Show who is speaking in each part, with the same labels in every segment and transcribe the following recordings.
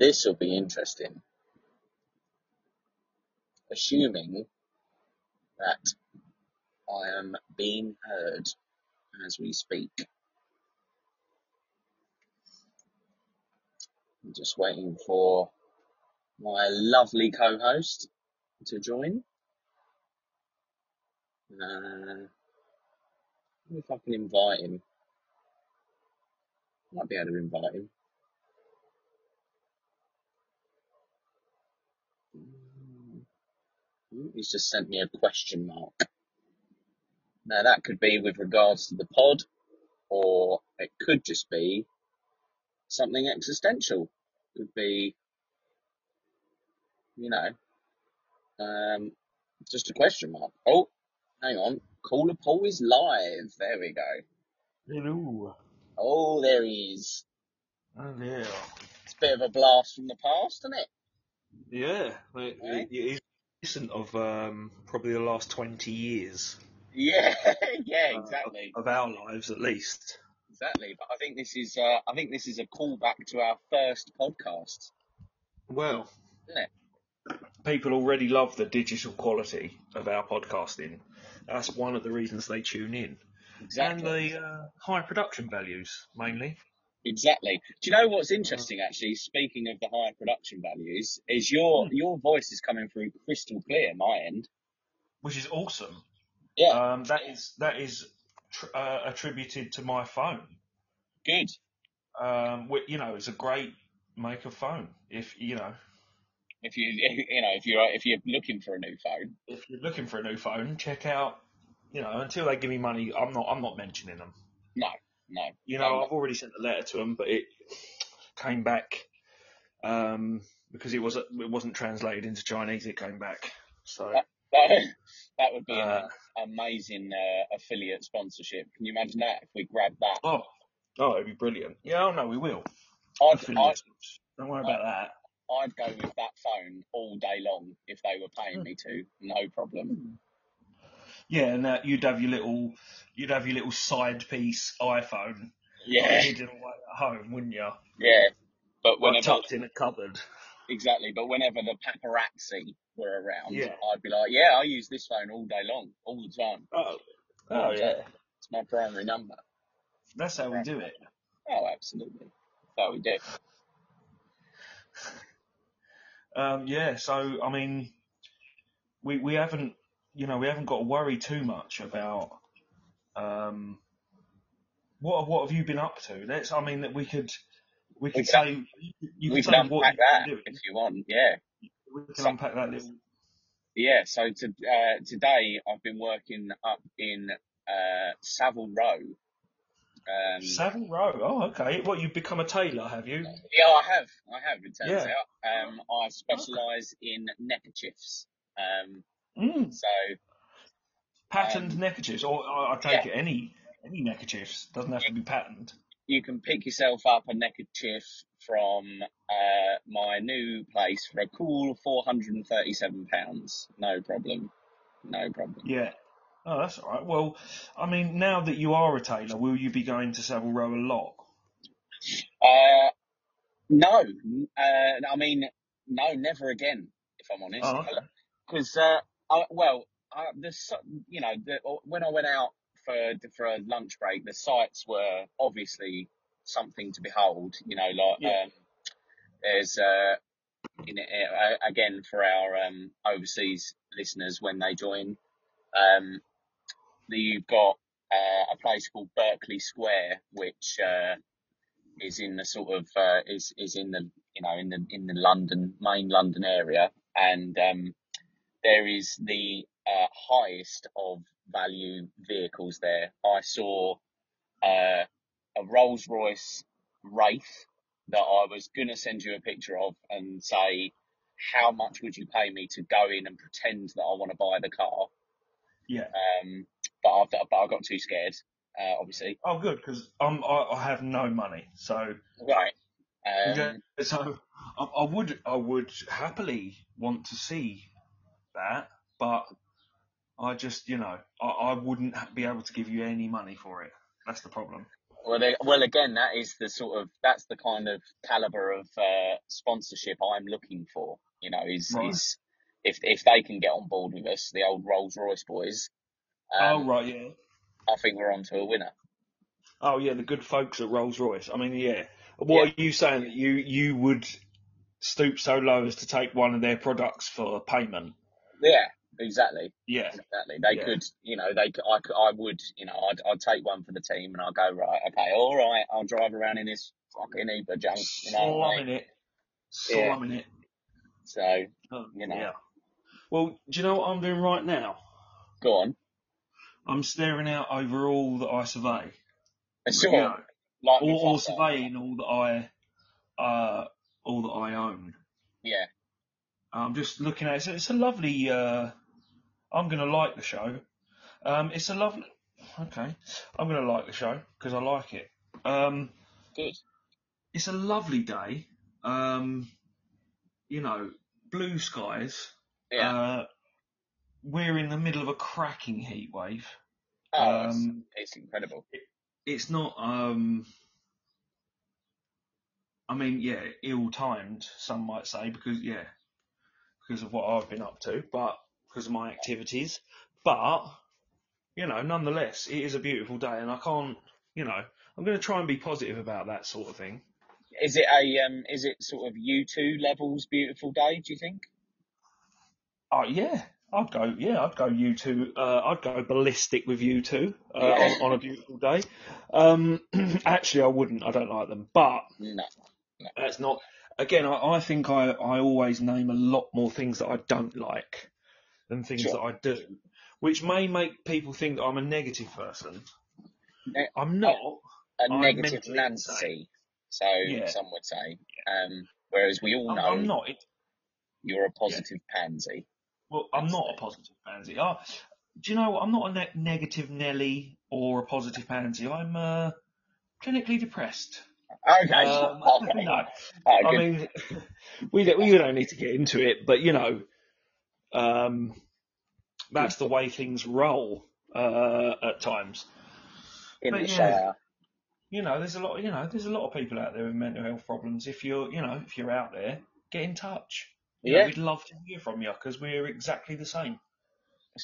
Speaker 1: This will be interesting, assuming that I am being heard as we speak. I'm just waiting for my lovely co host to join. Uh, wonder if I can invite him, might be able to invite him. Mm, Mm-hmm. He's just sent me a question mark. Now, that could be with regards to the pod, or it could just be something existential. Could be, you know, um, just a question mark. Oh, hang on. Caller poll is live. There we go.
Speaker 2: Hello.
Speaker 1: Oh, there he is.
Speaker 2: Hello.
Speaker 1: It's a bit of a blast from the past, isn't it?
Speaker 2: Yeah, like,
Speaker 1: Eh?
Speaker 2: it, it is recent of um, probably the last 20 years
Speaker 1: Yeah, yeah,
Speaker 2: uh, of,
Speaker 1: exactly,
Speaker 2: of our lives at least.
Speaker 1: exactly. But I think this is, uh, I think this is a callback to our first podcast,
Speaker 2: Well,
Speaker 1: isn't it?
Speaker 2: people already love the digital quality of our podcasting. That's one of the reasons they tune in. And
Speaker 1: Exactly,
Speaker 2: the uh, high production values, mainly.
Speaker 1: exactly. Do you know what's
Speaker 2: Uh,
Speaker 1: interesting? Actually, speaking of the high production values, is your
Speaker 2: hmm,
Speaker 1: your voice is coming through crystal clear, my end.
Speaker 2: which is awesome.
Speaker 1: Yeah,
Speaker 2: Um, that is, that is tr- uh, attributed to my phone.
Speaker 1: good.
Speaker 2: um, wh- you know, it's a great make of phone. If you know,
Speaker 1: If you you know if you're if you're looking for a new phone,
Speaker 2: if you're looking for a new phone, check out. You know, until they give me money, I'm not. I'm not mentioning them.
Speaker 1: no, no,
Speaker 2: You
Speaker 1: no,
Speaker 2: know, I've already sent a letter to them, but it came back um, because it was it wasn't translated into Chinese. It came back. So
Speaker 1: that that, that would be an
Speaker 2: uh,
Speaker 1: uh, amazing uh, affiliate sponsorship. Can you imagine that if we grab that?
Speaker 2: oh oh, it'd be brilliant. Yeah, oh no, we will
Speaker 1: I'd I
Speaker 2: affiliates. Don't worry
Speaker 1: I
Speaker 2: about that.
Speaker 1: I'd go with that phone all day long if they were paying me to, no problem.
Speaker 2: Hmm. Yeah, and uh, you'd have your little, you'd have your little side piece iPhone like
Speaker 1: Yeah,
Speaker 2: hidden away at home, wouldn't you?
Speaker 1: yeah. But
Speaker 2: like
Speaker 1: whenever
Speaker 2: tucked in a cupboard.
Speaker 1: exactly, but whenever the paparazzi were around,
Speaker 2: Yeah.
Speaker 1: I'd be like, yeah, I use this phone all day long, all the time,
Speaker 2: Oh.
Speaker 1: all
Speaker 2: Oh
Speaker 1: the time.
Speaker 2: yeah.
Speaker 1: It's my primary number.
Speaker 2: That's
Speaker 1: My
Speaker 2: how we
Speaker 1: primary
Speaker 2: do it.
Speaker 1: number. Oh, absolutely. So we do.
Speaker 2: Um, yeah. So I mean, we we haven't, you know, we haven't got to worry too much about um, what what have you been up to. That's I mean that we could we
Speaker 1: We
Speaker 2: could
Speaker 1: could
Speaker 2: say you
Speaker 1: we
Speaker 2: could
Speaker 1: could
Speaker 2: say what
Speaker 1: unpack that if
Speaker 2: you've been doing.
Speaker 1: you want. Yeah.
Speaker 2: We can
Speaker 1: So
Speaker 2: unpack that little.
Speaker 1: yeah. So to, uh, today I've been working up in uh, Savile Row. Um,
Speaker 2: Savile Row. Oh, okay. What you've become a tailor, have you?
Speaker 1: Yeah, I have. I have. It turns
Speaker 2: Yeah.
Speaker 1: out,
Speaker 2: Oh,
Speaker 1: um, I
Speaker 2: okay.
Speaker 1: specialise in neckerchiefs. Um,
Speaker 2: Mm.
Speaker 1: so,
Speaker 2: Patterned
Speaker 1: um,
Speaker 2: neckerchiefs, or I, I
Speaker 1: yeah,
Speaker 2: take it any any neckerchiefs doesn't have
Speaker 1: you
Speaker 2: to be patterned.
Speaker 1: you can pick yourself up a neckerchief from uh, my new place for a cool four hundred and thirty-seven pounds. No problem. No problem.
Speaker 2: Yeah. Oh, that's all right. Well, I mean, now that you are a tailor, will you be going to Savile Row a lot?
Speaker 1: Uh, no. n- Uh, I mean, no, never again. If I'm honest,
Speaker 2: Oh, okay.
Speaker 1: because uh, I, well, I, Uh, the so- you know the, when I went out for for a lunch break, the sights were obviously something to behold. You know, like
Speaker 2: Yeah.
Speaker 1: um, there's uh, in, uh, again for our um, overseas listeners when they join, um, the- you've got uh, a place called Berkeley Square, which uh, is in the sort of uh, is is in the you know in the in the London main London area, and um, there is the uh, highest of value vehicles there. I saw uh, a Rolls Royce Wraith that I was going to send you a picture of and say, how much would you pay me to go in and pretend that I want to buy the car?
Speaker 2: Yeah.
Speaker 1: Um, but, I, but I got too scared, uh, obviously.
Speaker 2: Oh, good, because um, I, I have no money, so
Speaker 1: Right.
Speaker 2: yeah.
Speaker 1: Um,
Speaker 2: So I, I would, I would happily want to see that, but I just, you know, I, I wouldn't ha- be able to give you any money for it. That's the problem.
Speaker 1: Well, they, well, again, that is the sort of that's the kind of caliber of uh, sponsorship I'm looking for. You know, is
Speaker 2: Right.
Speaker 1: is if if they can get on board with us, the old Rolls Royce boys,
Speaker 2: Oh,
Speaker 1: um,
Speaker 2: right, yeah.
Speaker 1: I think we're on to a winner.
Speaker 2: Oh, yeah, the good folks at Rolls Royce. I mean, yeah.
Speaker 1: Yeah,
Speaker 2: What are you saying that you you would stoop so low as to take one of their products for payment?
Speaker 1: yeah, exactly,
Speaker 2: Yeah,
Speaker 1: exactly. They
Speaker 2: yeah,
Speaker 1: could, you know, they could, I could, I would, you know, I'd I'd take one for the team, and I go right, okay, all right, I'll drive around in this fucking Uber junk. You know what I mean?
Speaker 2: slamming it,
Speaker 1: Yeah.
Speaker 2: slamming it.
Speaker 1: So,
Speaker 2: Oh,
Speaker 1: you know,
Speaker 2: yeah. Well, do you know what I'm doing right now?
Speaker 1: go on.
Speaker 2: I'm staring out over all that I survey. You
Speaker 1: Sure,
Speaker 2: know,
Speaker 1: like
Speaker 2: or,
Speaker 1: my
Speaker 2: or
Speaker 1: father.
Speaker 2: surveying all that I uh all that I own.
Speaker 1: Yeah,
Speaker 2: I'm just looking at it. It's, it's a lovely. Uh, I'm gonna like the show. Um, it's a lovely. Okay, I'm gonna like the show because I like it. Um,
Speaker 1: good.
Speaker 2: it's a lovely day. Um, you know, blue skies.
Speaker 1: Yeah.
Speaker 2: Uh, we're in the middle of a cracking heat wave.
Speaker 1: Oh, it's
Speaker 2: Um,
Speaker 1: it's incredible.
Speaker 2: it, it's not. Um, I mean, yeah, ill-timed, some might say, because yeah, because of what I've been up to, but because of my activities. But you know, nonetheless, it is a beautiful day, and I can't. You know, I'm going to try and be positive about that sort of thing.
Speaker 1: Is it a um? Is it sort of U two levels beautiful day? Do you think?
Speaker 2: Oh yeah, I'd go. Yeah, I'd go. You two. Uh, I'd go ballistic with you two uh,
Speaker 1: Yeah.
Speaker 2: on on a beautiful day. Um, actually, I wouldn't. I don't like them, but
Speaker 1: No. No.
Speaker 2: that's not. Again, I, I think I, I always name a lot more things that I don't like than things that
Speaker 1: Sure.
Speaker 2: I do, which may make people think that I'm a negative person.
Speaker 1: Ne-
Speaker 2: I'm
Speaker 1: A,
Speaker 2: not.
Speaker 1: a
Speaker 2: I'm
Speaker 1: negative
Speaker 2: mentally insane.
Speaker 1: Nancy, so
Speaker 2: Yeah,
Speaker 1: some would say. Um. Whereas we all
Speaker 2: I'm, I'm
Speaker 1: know
Speaker 2: not. It,
Speaker 1: you're a
Speaker 2: yeah.
Speaker 1: positive pansy.
Speaker 2: Well, I'm
Speaker 1: That's
Speaker 2: not a
Speaker 1: the
Speaker 2: positive pansy. I, do you know what? I'm not a ne- negative Nelly or a positive pansy. I'm uh, clinically depressed.
Speaker 1: okay.
Speaker 2: Um,
Speaker 1: Okay.
Speaker 2: no,
Speaker 1: Oh,
Speaker 2: I
Speaker 1: good.
Speaker 2: mean, we don't, we don't need to get into it, but you know, um,
Speaker 1: Good.
Speaker 2: that's the way things roll uh, at times.
Speaker 1: In
Speaker 2: But
Speaker 1: the
Speaker 2: yeah,
Speaker 1: shower.
Speaker 2: you know, there's a lot. You know, there's a lot of people out there with mental health problems. If you're, you know, if you're out there, get in touch. You know,
Speaker 1: Yeah.
Speaker 2: we'd love to hear from you because we're exactly the same.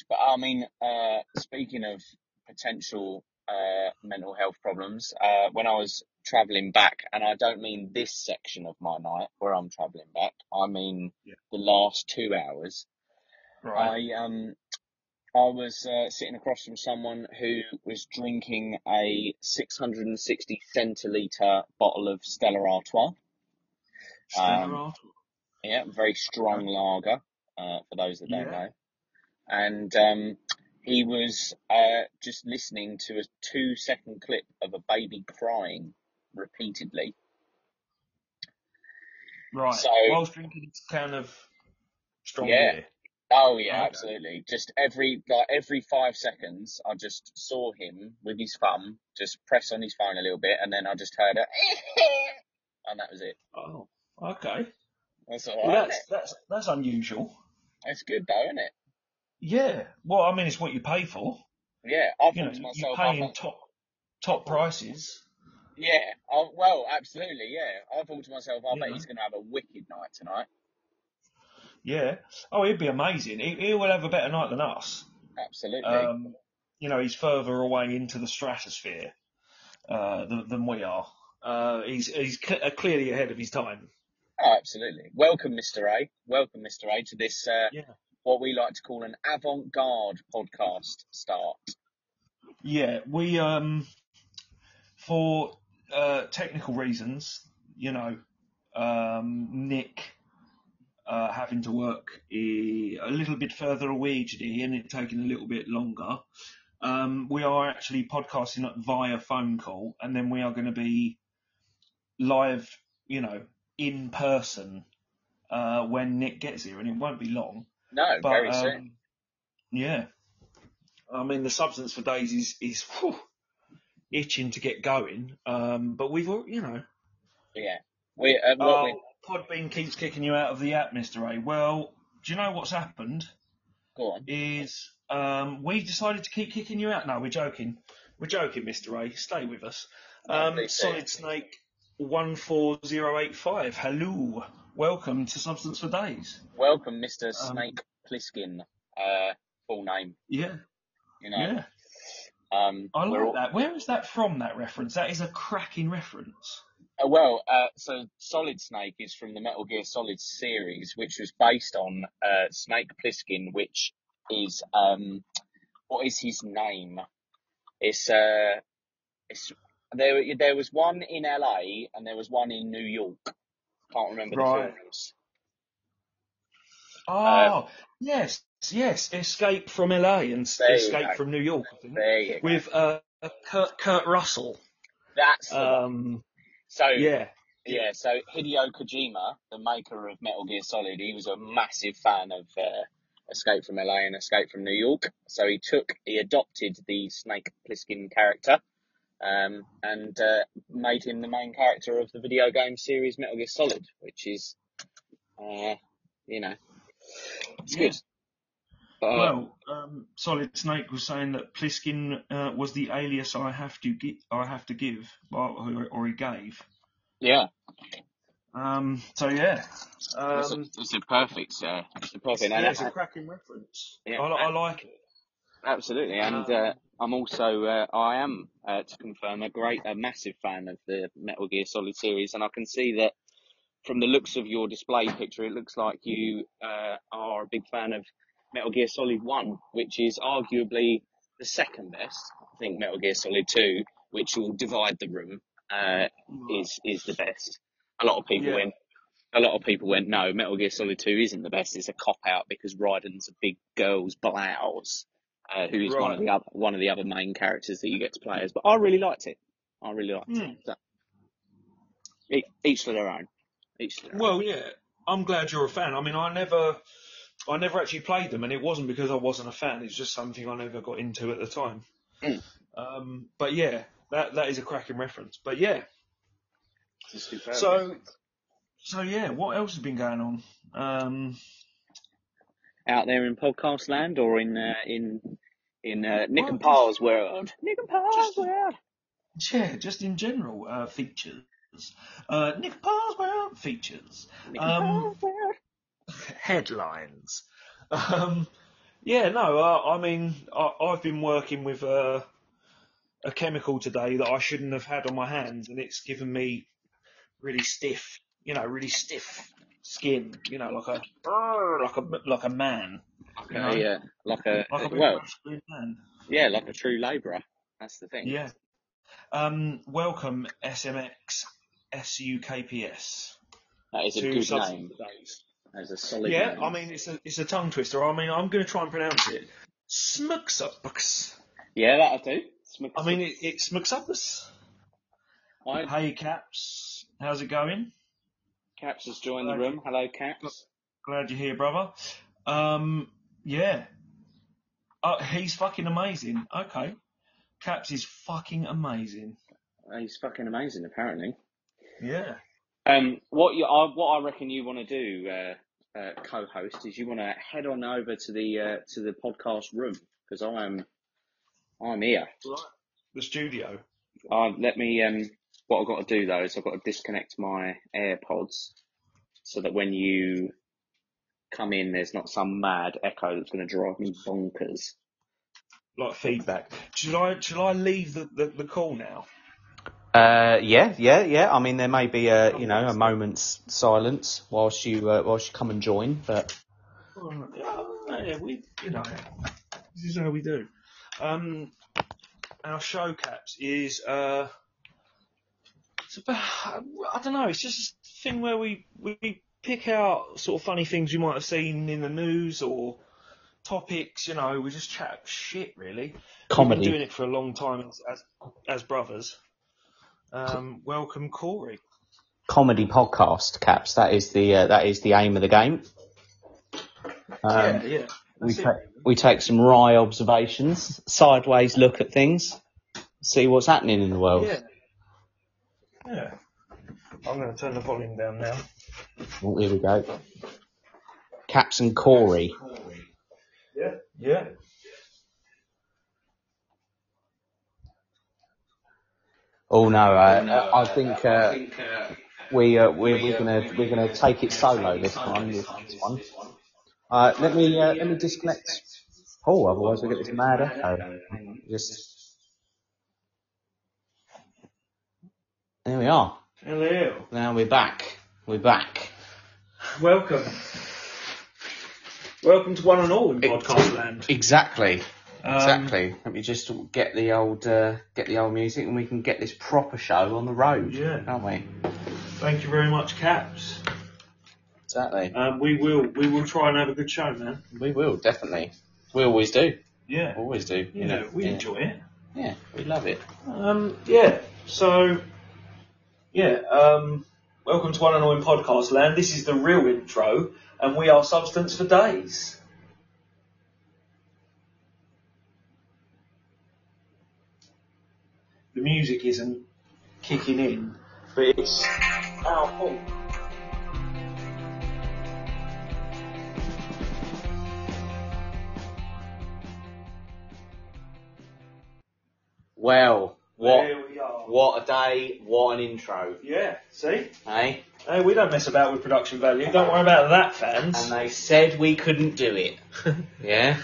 Speaker 1: But I mean, uh, speaking of potential uh, mental health problems, uh, when I was travelling back, and I don't mean this section of my night where I'm travelling back, I mean
Speaker 2: Yeah.
Speaker 1: the last two hours,
Speaker 2: Right.
Speaker 1: I um I was uh, sitting across from someone who was drinking a 660 centilitre bottle of Stella Artois.
Speaker 2: Stella
Speaker 1: Um,
Speaker 2: Artois.
Speaker 1: yeah, very
Speaker 2: Okay.
Speaker 1: strong lager, uh, for those that don't
Speaker 2: Uh-huh. Yeah.
Speaker 1: know and um, he was uh, just listening to a two second clip of a baby crying repeatedly.
Speaker 2: Right.
Speaker 1: So,
Speaker 2: Whilst drinking this can of strong
Speaker 1: yeah,
Speaker 2: beer.
Speaker 1: oh, yeah,
Speaker 2: Okay.
Speaker 1: absolutely. Just every, like, every five seconds, I just saw him with his thumb just press on his phone a little bit, and then I just heard a, and that was it.
Speaker 2: Oh. Okay.
Speaker 1: That's
Speaker 2: Well,
Speaker 1: all right, isn't
Speaker 2: that's
Speaker 1: it?
Speaker 2: that's that's unusual.
Speaker 1: That's good, though, isn't it?
Speaker 2: Yeah. Well, I mean, it's what you pay for.
Speaker 1: Yeah, I
Speaker 2: You
Speaker 1: thought to
Speaker 2: know, you- you're
Speaker 1: myself, I
Speaker 2: paying
Speaker 1: thought,
Speaker 2: top
Speaker 1: I
Speaker 2: top
Speaker 1: thought,
Speaker 2: prices.
Speaker 1: yeah, I, well, absolutely, yeah. I thought to myself, I
Speaker 2: You
Speaker 1: bet
Speaker 2: know.
Speaker 1: he's going to have a wicked night tonight.
Speaker 2: Yeah. Oh, he'd be amazing. He, he will have a better night than us.
Speaker 1: Absolutely.
Speaker 2: Um, you know, he's further away into the stratosphere uh, than, than we are. Uh, he's he's cl- uh, clearly ahead of his time.
Speaker 1: Oh, absolutely. Welcome, Mr. A. Welcome, Mr. A, to this uh,
Speaker 2: Yeah.
Speaker 1: what we like to call an avant-garde podcast start.
Speaker 2: Yeah. We um for uh, technical reasons, you know, um, Nick uh, having to work eh, a little bit further away today and it taking a little bit longer. Um, we are actually podcasting via phone call and then we are going to be live, you know, in person uh, when Nick gets here and it won't be long.
Speaker 1: No,
Speaker 2: But
Speaker 1: very soon.
Speaker 2: um, yeah, I mean, the substance for days is, is whew, itching to get going. Um, but we've, al- you know,
Speaker 1: Yeah. We uh, what we
Speaker 2: Oh, Podbean keeps kicking you out of the app, Mr. A. Well, do you know what's happened?
Speaker 1: go on.
Speaker 2: Is um, we decided to keep kicking you out. No, we're joking. We're joking, Mr. A. Stay with us. Um,
Speaker 1: Lovely,
Speaker 2: Solid Snake one four zero eight five. Hello, welcome to Substance for Days.
Speaker 1: Welcome, Mr.
Speaker 2: Um,
Speaker 1: Snake Pliskin, uh, full name,
Speaker 2: Yeah,
Speaker 1: you know.
Speaker 2: yeah.
Speaker 1: Um,
Speaker 2: I
Speaker 1: we're
Speaker 2: like
Speaker 1: all,
Speaker 2: that. Where is that from? That reference. That is a cracking reference.
Speaker 1: uh, well, uh, so Solid Snake is from the Metal Gear Solid series, which was based on uh, Snake Plissken, which is um, what is his name? It's uh, it's there. There was one in LA and there was one in New York. Can't remember the
Speaker 2: Right.
Speaker 1: films. Uh,
Speaker 2: Oh, yes, yes. Escape from LA and S-
Speaker 1: there you
Speaker 2: Escape
Speaker 1: go.
Speaker 2: from New York. I think
Speaker 1: There you go.
Speaker 2: with uh, Kurt, Kurt Russell.
Speaker 1: That's the one.
Speaker 2: Um,
Speaker 1: So
Speaker 2: yeah.
Speaker 1: yeah, so Hideo Kojima, the maker of Metal Gear Solid, he was a massive fan of uh, Escape from LA and Escape from New York. So he took, he adopted the Snake Plissken character um, and uh, made him the main character of the video game series Metal Gear Solid, which is, uh, you know, it's
Speaker 2: Yeah.
Speaker 1: good. But uh,
Speaker 2: Well, um, Solid Snake was saying that Pliskin uh, was the alias I have to gi- I have to give, or, or or he gave.
Speaker 1: yeah,
Speaker 2: Um, so yeah,
Speaker 1: it's a,
Speaker 2: um,
Speaker 1: it's a perfect, uh, it's a perfect, and
Speaker 2: yeah,
Speaker 1: that,
Speaker 2: it's a cracking reference.
Speaker 1: yeah,
Speaker 2: I, li- I like it.
Speaker 1: Absolutely, and uh,
Speaker 2: Um,
Speaker 1: I'm also uh, I am uh, to confirm a great, a massive fan of the Metal Gear Solid series, and I can see that from the looks of your display picture, it looks like you uh, are a big fan of Metal Gear Solid One, which is arguably the second best. I think Metal Gear Solid Two, which will divide the room, uh,
Speaker 2: right.
Speaker 1: is is the best. A lot of people
Speaker 2: Yeah.
Speaker 1: went. A lot of people went. No, Metal Gear Solid Two isn't the best. It's a cop out because Raiden's a big girl's blouse, uh, who is one of
Speaker 2: Right.
Speaker 1: the other one of the other main characters that you get to play as. But I really liked it. I really liked it.
Speaker 2: Hmm.
Speaker 1: So e- each to their own. Each to their own.
Speaker 2: Well, yeah. I'm glad you're a fan. I mean, I never, I never actually played them, and it wasn't because I wasn't a fan. It's just something I never got into at the time.
Speaker 1: Mm.
Speaker 2: Um, but yeah, that that is a cracking reference. But yeah,
Speaker 1: It's a superb
Speaker 2: so
Speaker 1: reference.
Speaker 2: so yeah, what else has been going on? Um,
Speaker 1: Out there in podcast land or in uh, in in uh, Nick
Speaker 2: well,
Speaker 1: and
Speaker 2: just
Speaker 1: Paul's world. Nick and Paul's
Speaker 2: just
Speaker 1: world.
Speaker 2: yeah, just in general uh, features. Uh, Nick Parswell features.
Speaker 1: Nick and
Speaker 2: Um,
Speaker 1: Paul's world.
Speaker 2: headlines. Um, yeah, no, uh, I mean, I, I've been working with uh, a chemical today that I shouldn't have had on my hands, and it's given me really stiff, you know, really stiff skin, you know, like a brrr, like a like a man, you
Speaker 1: Okay,
Speaker 2: know,
Speaker 1: yeah, like a
Speaker 2: like a big
Speaker 1: well,
Speaker 2: masculine man.
Speaker 1: yeah, like a true labourer. That's the thing.
Speaker 2: Yeah. Um, welcome SMX SUKPS
Speaker 1: That is a
Speaker 2: to
Speaker 1: good
Speaker 2: Substance
Speaker 1: name.
Speaker 2: for Days.
Speaker 1: That is a solid
Speaker 2: Yeah, I
Speaker 1: name.
Speaker 2: mean it's a it's a tongue twister. I mean I'm going to try and pronounce it. Smuxupus.
Speaker 1: Yeah, that'll do.
Speaker 2: I
Speaker 1: Smucks
Speaker 2: mean
Speaker 1: up.
Speaker 2: it, it's Smuxupus.
Speaker 1: Hi,
Speaker 2: Hey Caps, how's it going?
Speaker 1: Caps has joined the
Speaker 2: Glad you
Speaker 1: room. Hello,
Speaker 2: gl-
Speaker 1: Caps.
Speaker 2: glad you're here, brother. Um, yeah, uh, he's fucking amazing. Okay, Caps is fucking amazing.
Speaker 1: He's fucking amazing, apparently.
Speaker 2: Yeah.
Speaker 1: Um, what you, I, what I reckon you want to do, uh, uh, co-host, is you want to head on over to the uh, to the podcast room because I'm I'm here.
Speaker 2: Right. The studio.
Speaker 1: I let me. Um, what I've got to do though is I've got to disconnect my AirPods so that when you come in, there's not some mad echo that's going to drive me bonkers.
Speaker 2: Like feedback. Should I should I leave the, the, the call now?
Speaker 3: Uh, yeah, yeah, yeah. I mean, there may be a you know a
Speaker 2: Amazing.
Speaker 3: moment's silence whilst you uh, whilst you come and join, but
Speaker 2: Oh, yeah, we you know this is how we do. Um, our show caps is uh, it's about I don't know. It's just a thing where we we pick out sort of funny things you might have seen in the news or topics. You know, we just chat shit. Really, we've been
Speaker 3: comedy.
Speaker 2: doing it for a long time as as, as brothers. Um, welcome, Corey.
Speaker 3: comedy podcast caps. That is the uh, that is the aim of the game.
Speaker 2: Yeah,
Speaker 3: Um,
Speaker 2: yeah,
Speaker 3: we
Speaker 2: that's it.
Speaker 3: ta-
Speaker 2: Really.
Speaker 3: we take some wry observations, sideways look at things, see what's happening in the world.
Speaker 2: Yeah, yeah. I'm going to turn the volume down now.
Speaker 3: Oh, here we go. Caps and
Speaker 2: Caps and
Speaker 3: Corey.
Speaker 2: Corey. Yeah, yeah.
Speaker 1: Oh no, uh,
Speaker 4: Oh, no,
Speaker 1: I think uh, we uh, we're, we're gonna we're gonna take it solo this time. This, this one. Uh, let me uh, let me disconnect Paul, otherwise we get this mad eh? echo. Just there we are.
Speaker 2: Hello.
Speaker 1: Now we're back. We're back.
Speaker 2: Welcome. Welcome to one and all in podcast land.
Speaker 1: Exactly.
Speaker 2: Um,
Speaker 1: Exactly. Let me just get the old uh, get the old music, and we can get this proper show on the road,
Speaker 2: Yeah.
Speaker 1: can't we?
Speaker 2: Um, Thank you very much, Caps.
Speaker 1: Exactly.
Speaker 2: Um, we will we will try and have a good show, man.
Speaker 1: We will definitely. We always do.
Speaker 2: Yeah.
Speaker 1: Always do.
Speaker 2: You know, we
Speaker 1: yeah.
Speaker 2: enjoy it.
Speaker 1: Yeah, we love it.
Speaker 2: Um, yeah. So, yeah. Um, welcome to One and All in Podcast Land. This is the real intro, and we are Substance for Days. The music isn't kicking in, but it's our fault.
Speaker 1: Well, what
Speaker 2: There we are.
Speaker 1: what a day! What an intro,
Speaker 2: Yeah. See.
Speaker 1: eh?
Speaker 2: Hey, we don't mess about with production value. Don't worry about that, fans.
Speaker 1: And they said we couldn't do it. Yeah.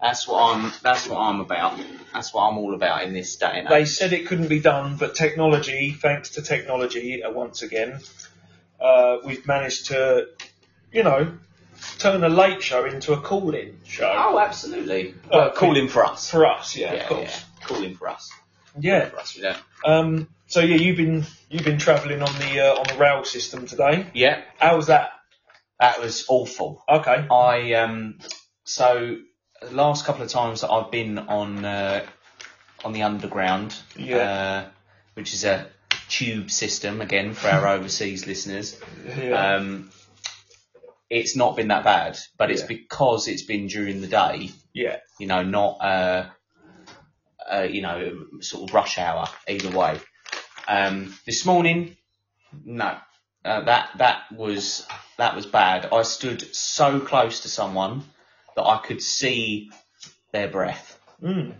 Speaker 1: That's what I'm. That's what I'm about. That's what I'm all about in this day and
Speaker 2: They
Speaker 1: age.
Speaker 2: said it couldn't be done, but technology, thanks to technology uh, once again, uh, we've managed to, you know, turn a late show into a call-in show
Speaker 1: Oh, absolutely.
Speaker 2: Oh,
Speaker 1: Well,
Speaker 2: okay.
Speaker 1: calling for us.
Speaker 2: for us. Yeah,
Speaker 1: yeah,
Speaker 2: of course.
Speaker 1: yeah. Calling for us.
Speaker 2: Yeah.
Speaker 1: For us. We don't.
Speaker 2: Um, so yeah, you've been you've been travelling on the uh, on the rail system today.
Speaker 1: Yeah.
Speaker 2: How was that?
Speaker 1: That was awful.
Speaker 2: Okay.
Speaker 1: I um. So the last couple of times that I've been on uh, on the underground,
Speaker 2: Yeah.
Speaker 1: uh, which is a tube system again for our overseas listeners.
Speaker 2: Yeah.
Speaker 1: Um, it's not been that bad, but it's
Speaker 2: Yeah.
Speaker 1: because it's been during the day,
Speaker 2: yeah.
Speaker 1: you know, not, uh, uh, you know, sort of rush hour either way. Um, this morning, no, uh, that, that was, that was bad. I stood so close to someone that I could see their breath.
Speaker 2: Mm.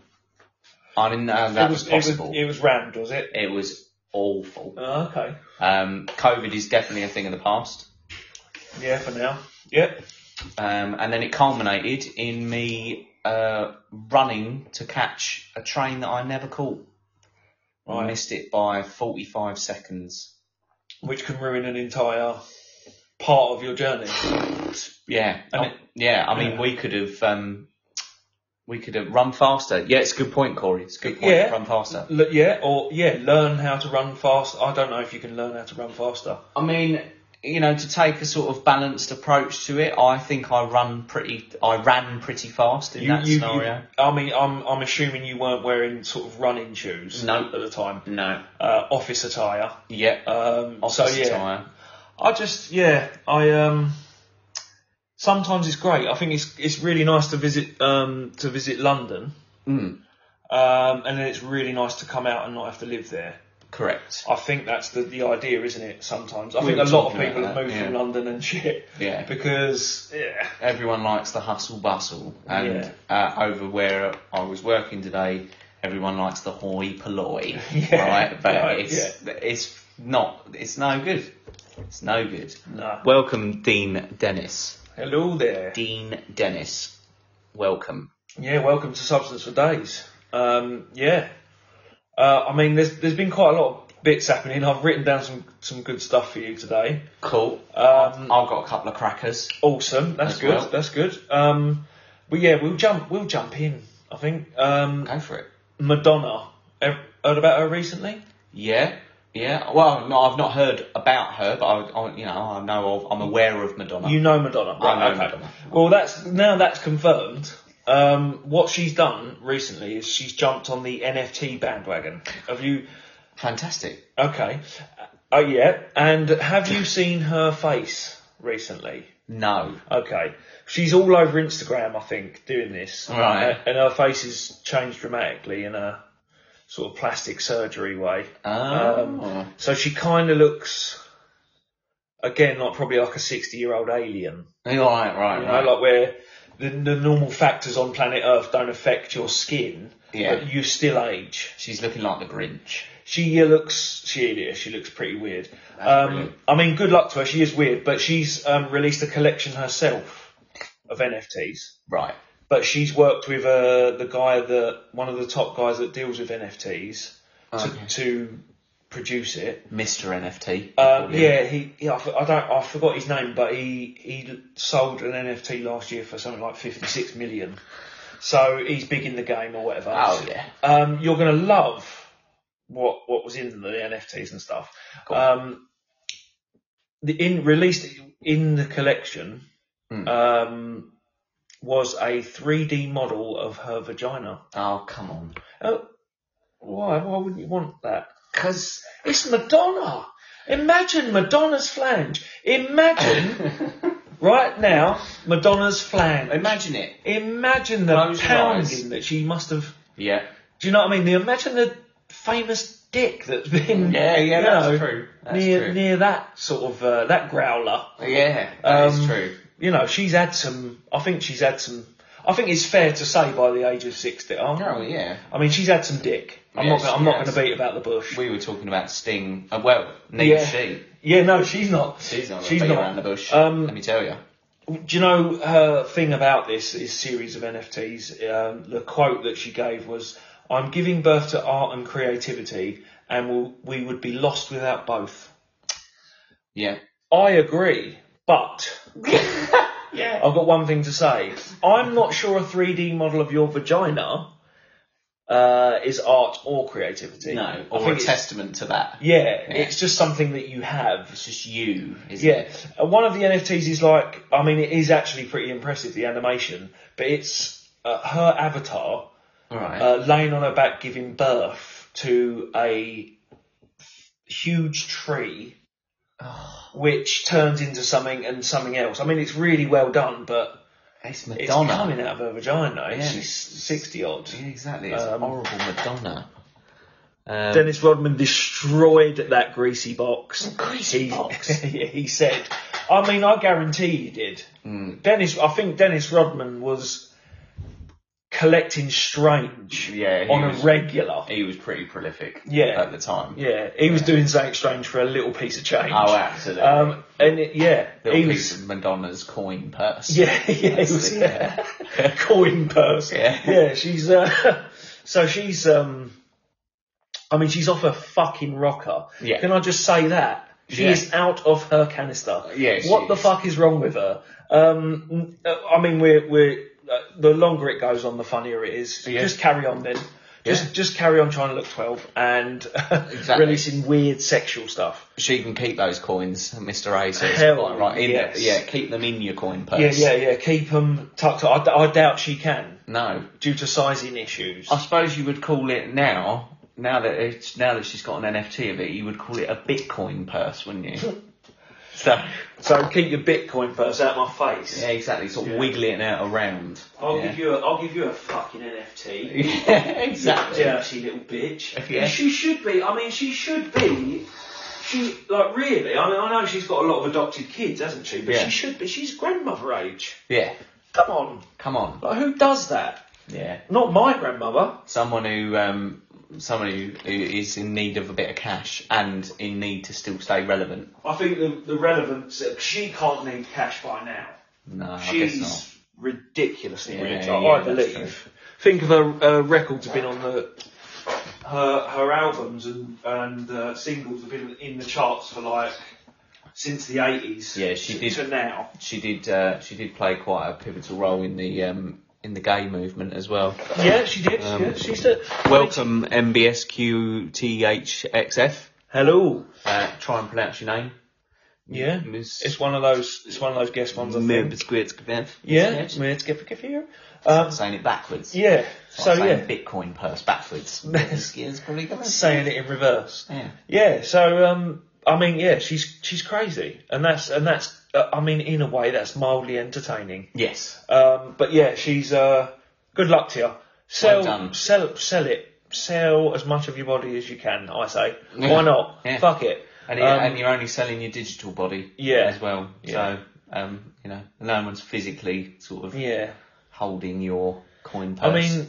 Speaker 1: I didn't know that
Speaker 2: it
Speaker 1: was,
Speaker 2: was,
Speaker 1: possible.
Speaker 2: It was, it was rammed, was it?
Speaker 1: it was awful.
Speaker 2: Oh, okay.
Speaker 1: Um, COVID is definitely a thing of the past.
Speaker 2: Yeah, for now. Yep.
Speaker 1: Um, and then it culminated in me uh, running to catch a train that I never caught. I
Speaker 2: Right.
Speaker 1: missed it by 45 seconds.
Speaker 2: Which can ruin an entire part of your journey.
Speaker 1: Yeah,
Speaker 2: And
Speaker 1: I- yeah. I mean,
Speaker 2: yeah.
Speaker 1: we could have um, we could have run faster. Yeah, it's a good point, Corey. It's a good point.
Speaker 2: Yeah.
Speaker 1: Run faster.
Speaker 2: L- yeah, or yeah, learn how to run fast. I don't know if you can learn how to run faster.
Speaker 1: I mean, you know, to take a sort of balanced approach to it, I think I run pretty. I ran pretty fast in that scenario.
Speaker 2: I mean, I'm I'm assuming you weren't wearing sort of running shoes.
Speaker 1: No.
Speaker 2: at the time,
Speaker 1: no.
Speaker 2: uh, office attire.
Speaker 1: Yeah.
Speaker 2: Um,
Speaker 1: Office
Speaker 2: so yeah,
Speaker 1: attire.
Speaker 2: I just yeah, I um. Sometimes it's great. I think it's it's really nice to visit um to visit London,
Speaker 1: Mm,
Speaker 2: um, and then it's really nice to come out and not have to live there.
Speaker 1: correct.
Speaker 2: I think that's the, the idea, isn't it? Sometimes I
Speaker 1: We
Speaker 2: think
Speaker 1: were
Speaker 2: a lot of
Speaker 1: talking about
Speaker 2: people have
Speaker 1: that,
Speaker 2: moved from
Speaker 1: yeah.
Speaker 2: London and shit
Speaker 1: Yeah.
Speaker 2: because yeah,
Speaker 1: everyone likes the hustle bustle, and uh, over where I was working today, everyone likes the hoi polloi,
Speaker 2: Yeah,
Speaker 1: right? But
Speaker 2: right,
Speaker 1: it's it's not, it's no good. It's no good.
Speaker 2: no.
Speaker 1: Welcome, Dean Dennis.
Speaker 2: Hello there.
Speaker 1: Dean Dennis, welcome.
Speaker 2: Yeah, welcome to Substance for Days. Um, yeah, uh, I mean, there's there's been quite a lot of bits happening. I've written down some some good stuff for you today.
Speaker 1: Cool.
Speaker 2: Um,
Speaker 1: I've got a couple of crackers.
Speaker 2: Awesome, that's
Speaker 1: As
Speaker 2: good.
Speaker 1: well.
Speaker 2: That's good. Um, but yeah, we'll jump we'll jump in. I think um,
Speaker 1: Go for it.
Speaker 2: Madonna. Ev- Heard about her recently?
Speaker 1: Yeah. Yeah, well, no, I've not heard about her, but I, I you know, I know of, I'm aware of Madonna.
Speaker 2: You know Madonna, right?
Speaker 1: know
Speaker 2: okay.
Speaker 1: Madonna.
Speaker 2: Well, that's now that's confirmed. Um, what she's done recently is she's jumped on the NFT bandwagon. Have you?
Speaker 1: Fantastic.
Speaker 2: Okay. Oh yeah. And have you seen her face recently?
Speaker 1: No.
Speaker 2: Okay. She's all over Instagram, I think, doing this.
Speaker 1: Right.
Speaker 2: A- And her face has changed dramatically in a sort of plastic surgery way. Um,
Speaker 1: Oh.
Speaker 2: So she kind of looks, again, like probably like a sixty-year-old alien.
Speaker 1: You're right, right,
Speaker 2: You
Speaker 1: right.
Speaker 2: know, like where the, the normal factors on planet Earth don't affect your skin,
Speaker 1: Yeah.
Speaker 2: but you still age.
Speaker 1: She's looking like the Grinch.
Speaker 2: She looks she she looks pretty weird.
Speaker 1: That's
Speaker 2: Um,
Speaker 1: brilliant.
Speaker 2: I mean, good luck to her. She is weird, but she's um, released a collection herself of NFTs.
Speaker 1: Right.
Speaker 2: But she's worked with uh, the guy that one of the top guys that deals with NFTs
Speaker 1: Oh, Okay.
Speaker 2: to, to produce it.
Speaker 1: Mr. NFT.
Speaker 2: Um,
Speaker 1: Called him.
Speaker 2: yeah, he. Yeah, I, f- I don't. I forgot his name, but he he sold an NFT last year for something like fifty six million. So he's big in the game or whatever.
Speaker 1: Oh, yeah.
Speaker 2: Um, you're gonna love what what was in the NFTs and stuff.
Speaker 1: Cool.
Speaker 2: Um, the in released in the collection
Speaker 1: Hmm.
Speaker 2: um, was a three D model of her vagina.
Speaker 1: Oh, come on.
Speaker 2: Oh, why? Why wouldn't you want that?
Speaker 1: Because.
Speaker 2: It's Madonna. Imagine Madonna's flange. Imagine right now Madonna's flange.
Speaker 1: Imagine it.
Speaker 2: Imagine the
Speaker 1: Close your
Speaker 2: pounding
Speaker 1: eyes.
Speaker 2: that she must have.
Speaker 1: Yeah.
Speaker 2: Do you know what I mean? The, imagine the famous dick that's been
Speaker 1: Yeah, yeah,
Speaker 2: you
Speaker 1: that's
Speaker 2: know,
Speaker 1: true. That's
Speaker 2: near
Speaker 1: true.
Speaker 2: near that sort of uh, that growler.
Speaker 1: Oh, Yeah, that is
Speaker 2: Um,
Speaker 1: true.
Speaker 2: You know, she's had some. I think she's had some. I think it's fair to say by the age of sixty. aren't
Speaker 1: Oh, yeah.
Speaker 2: I mean, she's had some dick. I'm
Speaker 1: Yes,
Speaker 2: not. Gonna, I'm not
Speaker 1: yes.
Speaker 2: going to beat about the bush.
Speaker 1: We were talking about Sting. Uh, well, Nate
Speaker 2: Yeah.
Speaker 1: Sheen.
Speaker 2: yeah, no, she's not.
Speaker 1: She's not
Speaker 2: She's
Speaker 1: she's
Speaker 2: not.
Speaker 1: around the bush.
Speaker 2: Um,
Speaker 1: let me tell you.
Speaker 2: do you know her thing about this is series of NFTs? Um, the quote that she gave was, "I'm giving birth to art and creativity, and we'll, we would be lost without both."
Speaker 1: Yeah.
Speaker 2: I agree, but
Speaker 1: Yeah.
Speaker 2: I've got one thing to say. I'm not sure a 3D model of your vagina uh, is art or creativity.
Speaker 1: No,
Speaker 2: I
Speaker 1: or a
Speaker 2: think it's-
Speaker 1: testament to that.
Speaker 2: Yeah, it's just something that you have.
Speaker 1: It's just you, isn't
Speaker 2: Yeah,
Speaker 1: it?
Speaker 2: and one of the NFTs is like, I mean, it is actually pretty impressive the animation, but it's uh, her avatar
Speaker 1: All right.
Speaker 2: uh, laying on her back giving birth to a huge tree, which turns into something and something else. I mean, it's really well done, but
Speaker 1: it's
Speaker 2: it's
Speaker 1: Madonna.
Speaker 2: coming out of her vagina.
Speaker 1: Yeah.
Speaker 2: She's sixty odd.
Speaker 1: Yeah, exactly. It's
Speaker 2: Um,
Speaker 1: horrible Madonna. Um,
Speaker 2: Dennis Rodman destroyed that greasy box.
Speaker 1: Greasy
Speaker 2: he,
Speaker 1: box.
Speaker 2: he said, Hmm. I mean, I guarantee he did.
Speaker 1: Mm.
Speaker 2: Dennis, I think Dennis Rodman was collecting strange
Speaker 1: Yeah, he
Speaker 2: on a
Speaker 1: was-
Speaker 2: regular.
Speaker 1: he was pretty prolific
Speaker 2: Yeah.
Speaker 1: at the time.
Speaker 2: yeah, he was doing something strange for a little piece of change.
Speaker 1: Oh, absolutely.
Speaker 2: Um, and it, yeah,
Speaker 1: Little
Speaker 2: he
Speaker 1: piece
Speaker 2: was.
Speaker 1: of Madonna's coin purse.
Speaker 2: Yeah, yeah, he was.
Speaker 1: Yeah.
Speaker 2: coin purse.
Speaker 1: Yeah.
Speaker 2: yeah. She's uh, so she's um, I mean, she's off her fucking rocker.
Speaker 1: Yeah.
Speaker 2: Can I just say that she
Speaker 1: Yeah. Uh,
Speaker 2: is out of her canister?
Speaker 1: Yeah, she
Speaker 2: What the
Speaker 1: is.
Speaker 2: fuck is wrong with her? Um, uh, I mean, we're we're uh, the longer it goes on, the funnier it is.
Speaker 1: Yeah.
Speaker 2: Just carry on then. Just
Speaker 1: Yeah.
Speaker 2: just carry on trying to look twelve and
Speaker 1: Exactly.
Speaker 2: releasing weird sexual stuff.
Speaker 1: She can keep those coins, Mr. A says.
Speaker 2: Hell,
Speaker 1: Quite right. In,
Speaker 2: yes.
Speaker 1: Yeah, keep them in your coin
Speaker 2: Yeah,
Speaker 1: purse.
Speaker 2: yeah, yeah. Keep them tucked. I, d- I doubt she can
Speaker 1: No,
Speaker 2: due to sizing issues.
Speaker 1: I suppose you would call it now. Now that it's now that she's got an NFT of it, you would call it a Bitcoin purse, wouldn't you? so
Speaker 2: So keep your Bitcoin first out of my face.
Speaker 1: yeah, exactly. Sort of wiggling it out around.
Speaker 2: I'll
Speaker 1: yeah.
Speaker 2: give you a I'll give you a fucking NFT.
Speaker 1: yeah, exactly.
Speaker 2: Dirty little bitch.
Speaker 1: Yeah.
Speaker 2: And She should be I mean she should be she like really, I mean I know she's got a lot of adopted kids, hasn't she? But
Speaker 1: Yeah.
Speaker 2: she should be she's grandmother age.
Speaker 1: Yeah.
Speaker 2: Come on.
Speaker 1: Come on.
Speaker 2: Like who does that?
Speaker 1: Yeah.
Speaker 2: Not my grandmother.
Speaker 1: Someone who um, someone who, who is in need of a bit of cash and in need to still stay relevant.
Speaker 2: I think the the relevance she can't need cash by now.
Speaker 1: No, I guess not.
Speaker 2: She's ridiculously
Speaker 1: Yeah,
Speaker 2: rich,
Speaker 1: yeah,
Speaker 2: I- I
Speaker 1: that's true.
Speaker 2: believe. Think of her uh, records have been on the her her albums and and uh, singles have been in the charts for like since the eighties.
Speaker 1: Yeah, she
Speaker 2: to,
Speaker 1: did-
Speaker 2: to now.
Speaker 1: She did. Uh, she did play quite a pivotal role in the um, in the gay movement as well.
Speaker 2: Yeah, she did.
Speaker 1: Um,
Speaker 2: yeah, she's a
Speaker 1: Welcome MBSQTHXF.
Speaker 2: Hello.
Speaker 1: Uh, try and pronounce your name.
Speaker 2: Yeah,
Speaker 1: Miss-
Speaker 2: it's one of those. It's one of those guest ones. I think. Yeah,
Speaker 1: Yes.
Speaker 2: Miss Giffier. Um,
Speaker 1: Saying it backwards.
Speaker 2: yeah.
Speaker 1: It's
Speaker 2: So
Speaker 1: like saying
Speaker 2: yeah,
Speaker 1: Bitcoin purse backwards. It's probably good.
Speaker 2: saying it in reverse.
Speaker 1: Yeah.
Speaker 2: Yeah, so um, I mean, yeah, she's she's crazy, and that's and that's uh, I mean, in a way, that's mildly entertaining.
Speaker 1: Yes.
Speaker 2: Um, but yeah, she's uh, good luck to you. Sell,
Speaker 1: Well done.
Speaker 2: sell, sell it. Sell as much of your body as you can. I say, why not?
Speaker 1: Yeah.
Speaker 2: Fuck it.
Speaker 1: And,
Speaker 2: Um,
Speaker 1: and you're only selling your digital body.
Speaker 2: Yeah.
Speaker 1: As well.
Speaker 2: Yeah.
Speaker 1: So um, you know, no one's physically sort of
Speaker 2: Yeah,
Speaker 1: holding your coin
Speaker 2: I
Speaker 1: purse.
Speaker 2: mean,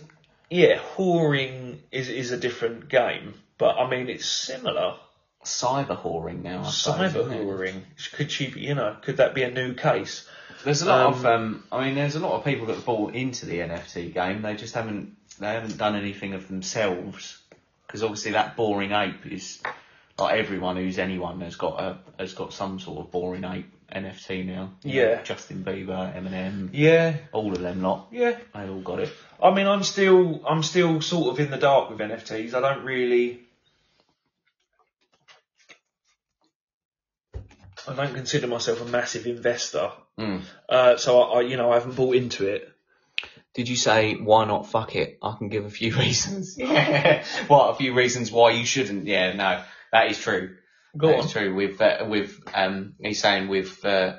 Speaker 2: yeah, whoring is is a different game. But I mean, it's similar.
Speaker 4: Cyber whoring now. I suppose,
Speaker 2: Cyber
Speaker 4: isn't it?
Speaker 2: whoring. Could she, be- you know, could that be a new case?
Speaker 4: There's a lot
Speaker 2: Um,
Speaker 4: of, um, I mean, there's a lot of people that have bought into the NFT game. They just haven't, they haven't done anything of themselves because obviously that boring ape is like everyone who's anyone has got a has got some sort of boring ape NFT now. You know,
Speaker 2: Yeah.
Speaker 4: Justin Bieber, Eminem,
Speaker 2: Yeah,
Speaker 4: all of them lot.
Speaker 2: yeah.
Speaker 4: They all got it.
Speaker 2: I mean, I'm still, I'm still sort of in the dark with NFTs. I don't really, I don't consider myself a massive investor.
Speaker 4: Mm.
Speaker 2: Uh, so I, I, you know, I haven't bought into it.
Speaker 4: Did you say why not fuck it? I can give a few reasons. Yeah. what a few reasons why you shouldn't. Yeah, no, that is true.
Speaker 2: Go
Speaker 4: That's
Speaker 2: on.
Speaker 4: true. With uh, with um, he's saying with uh,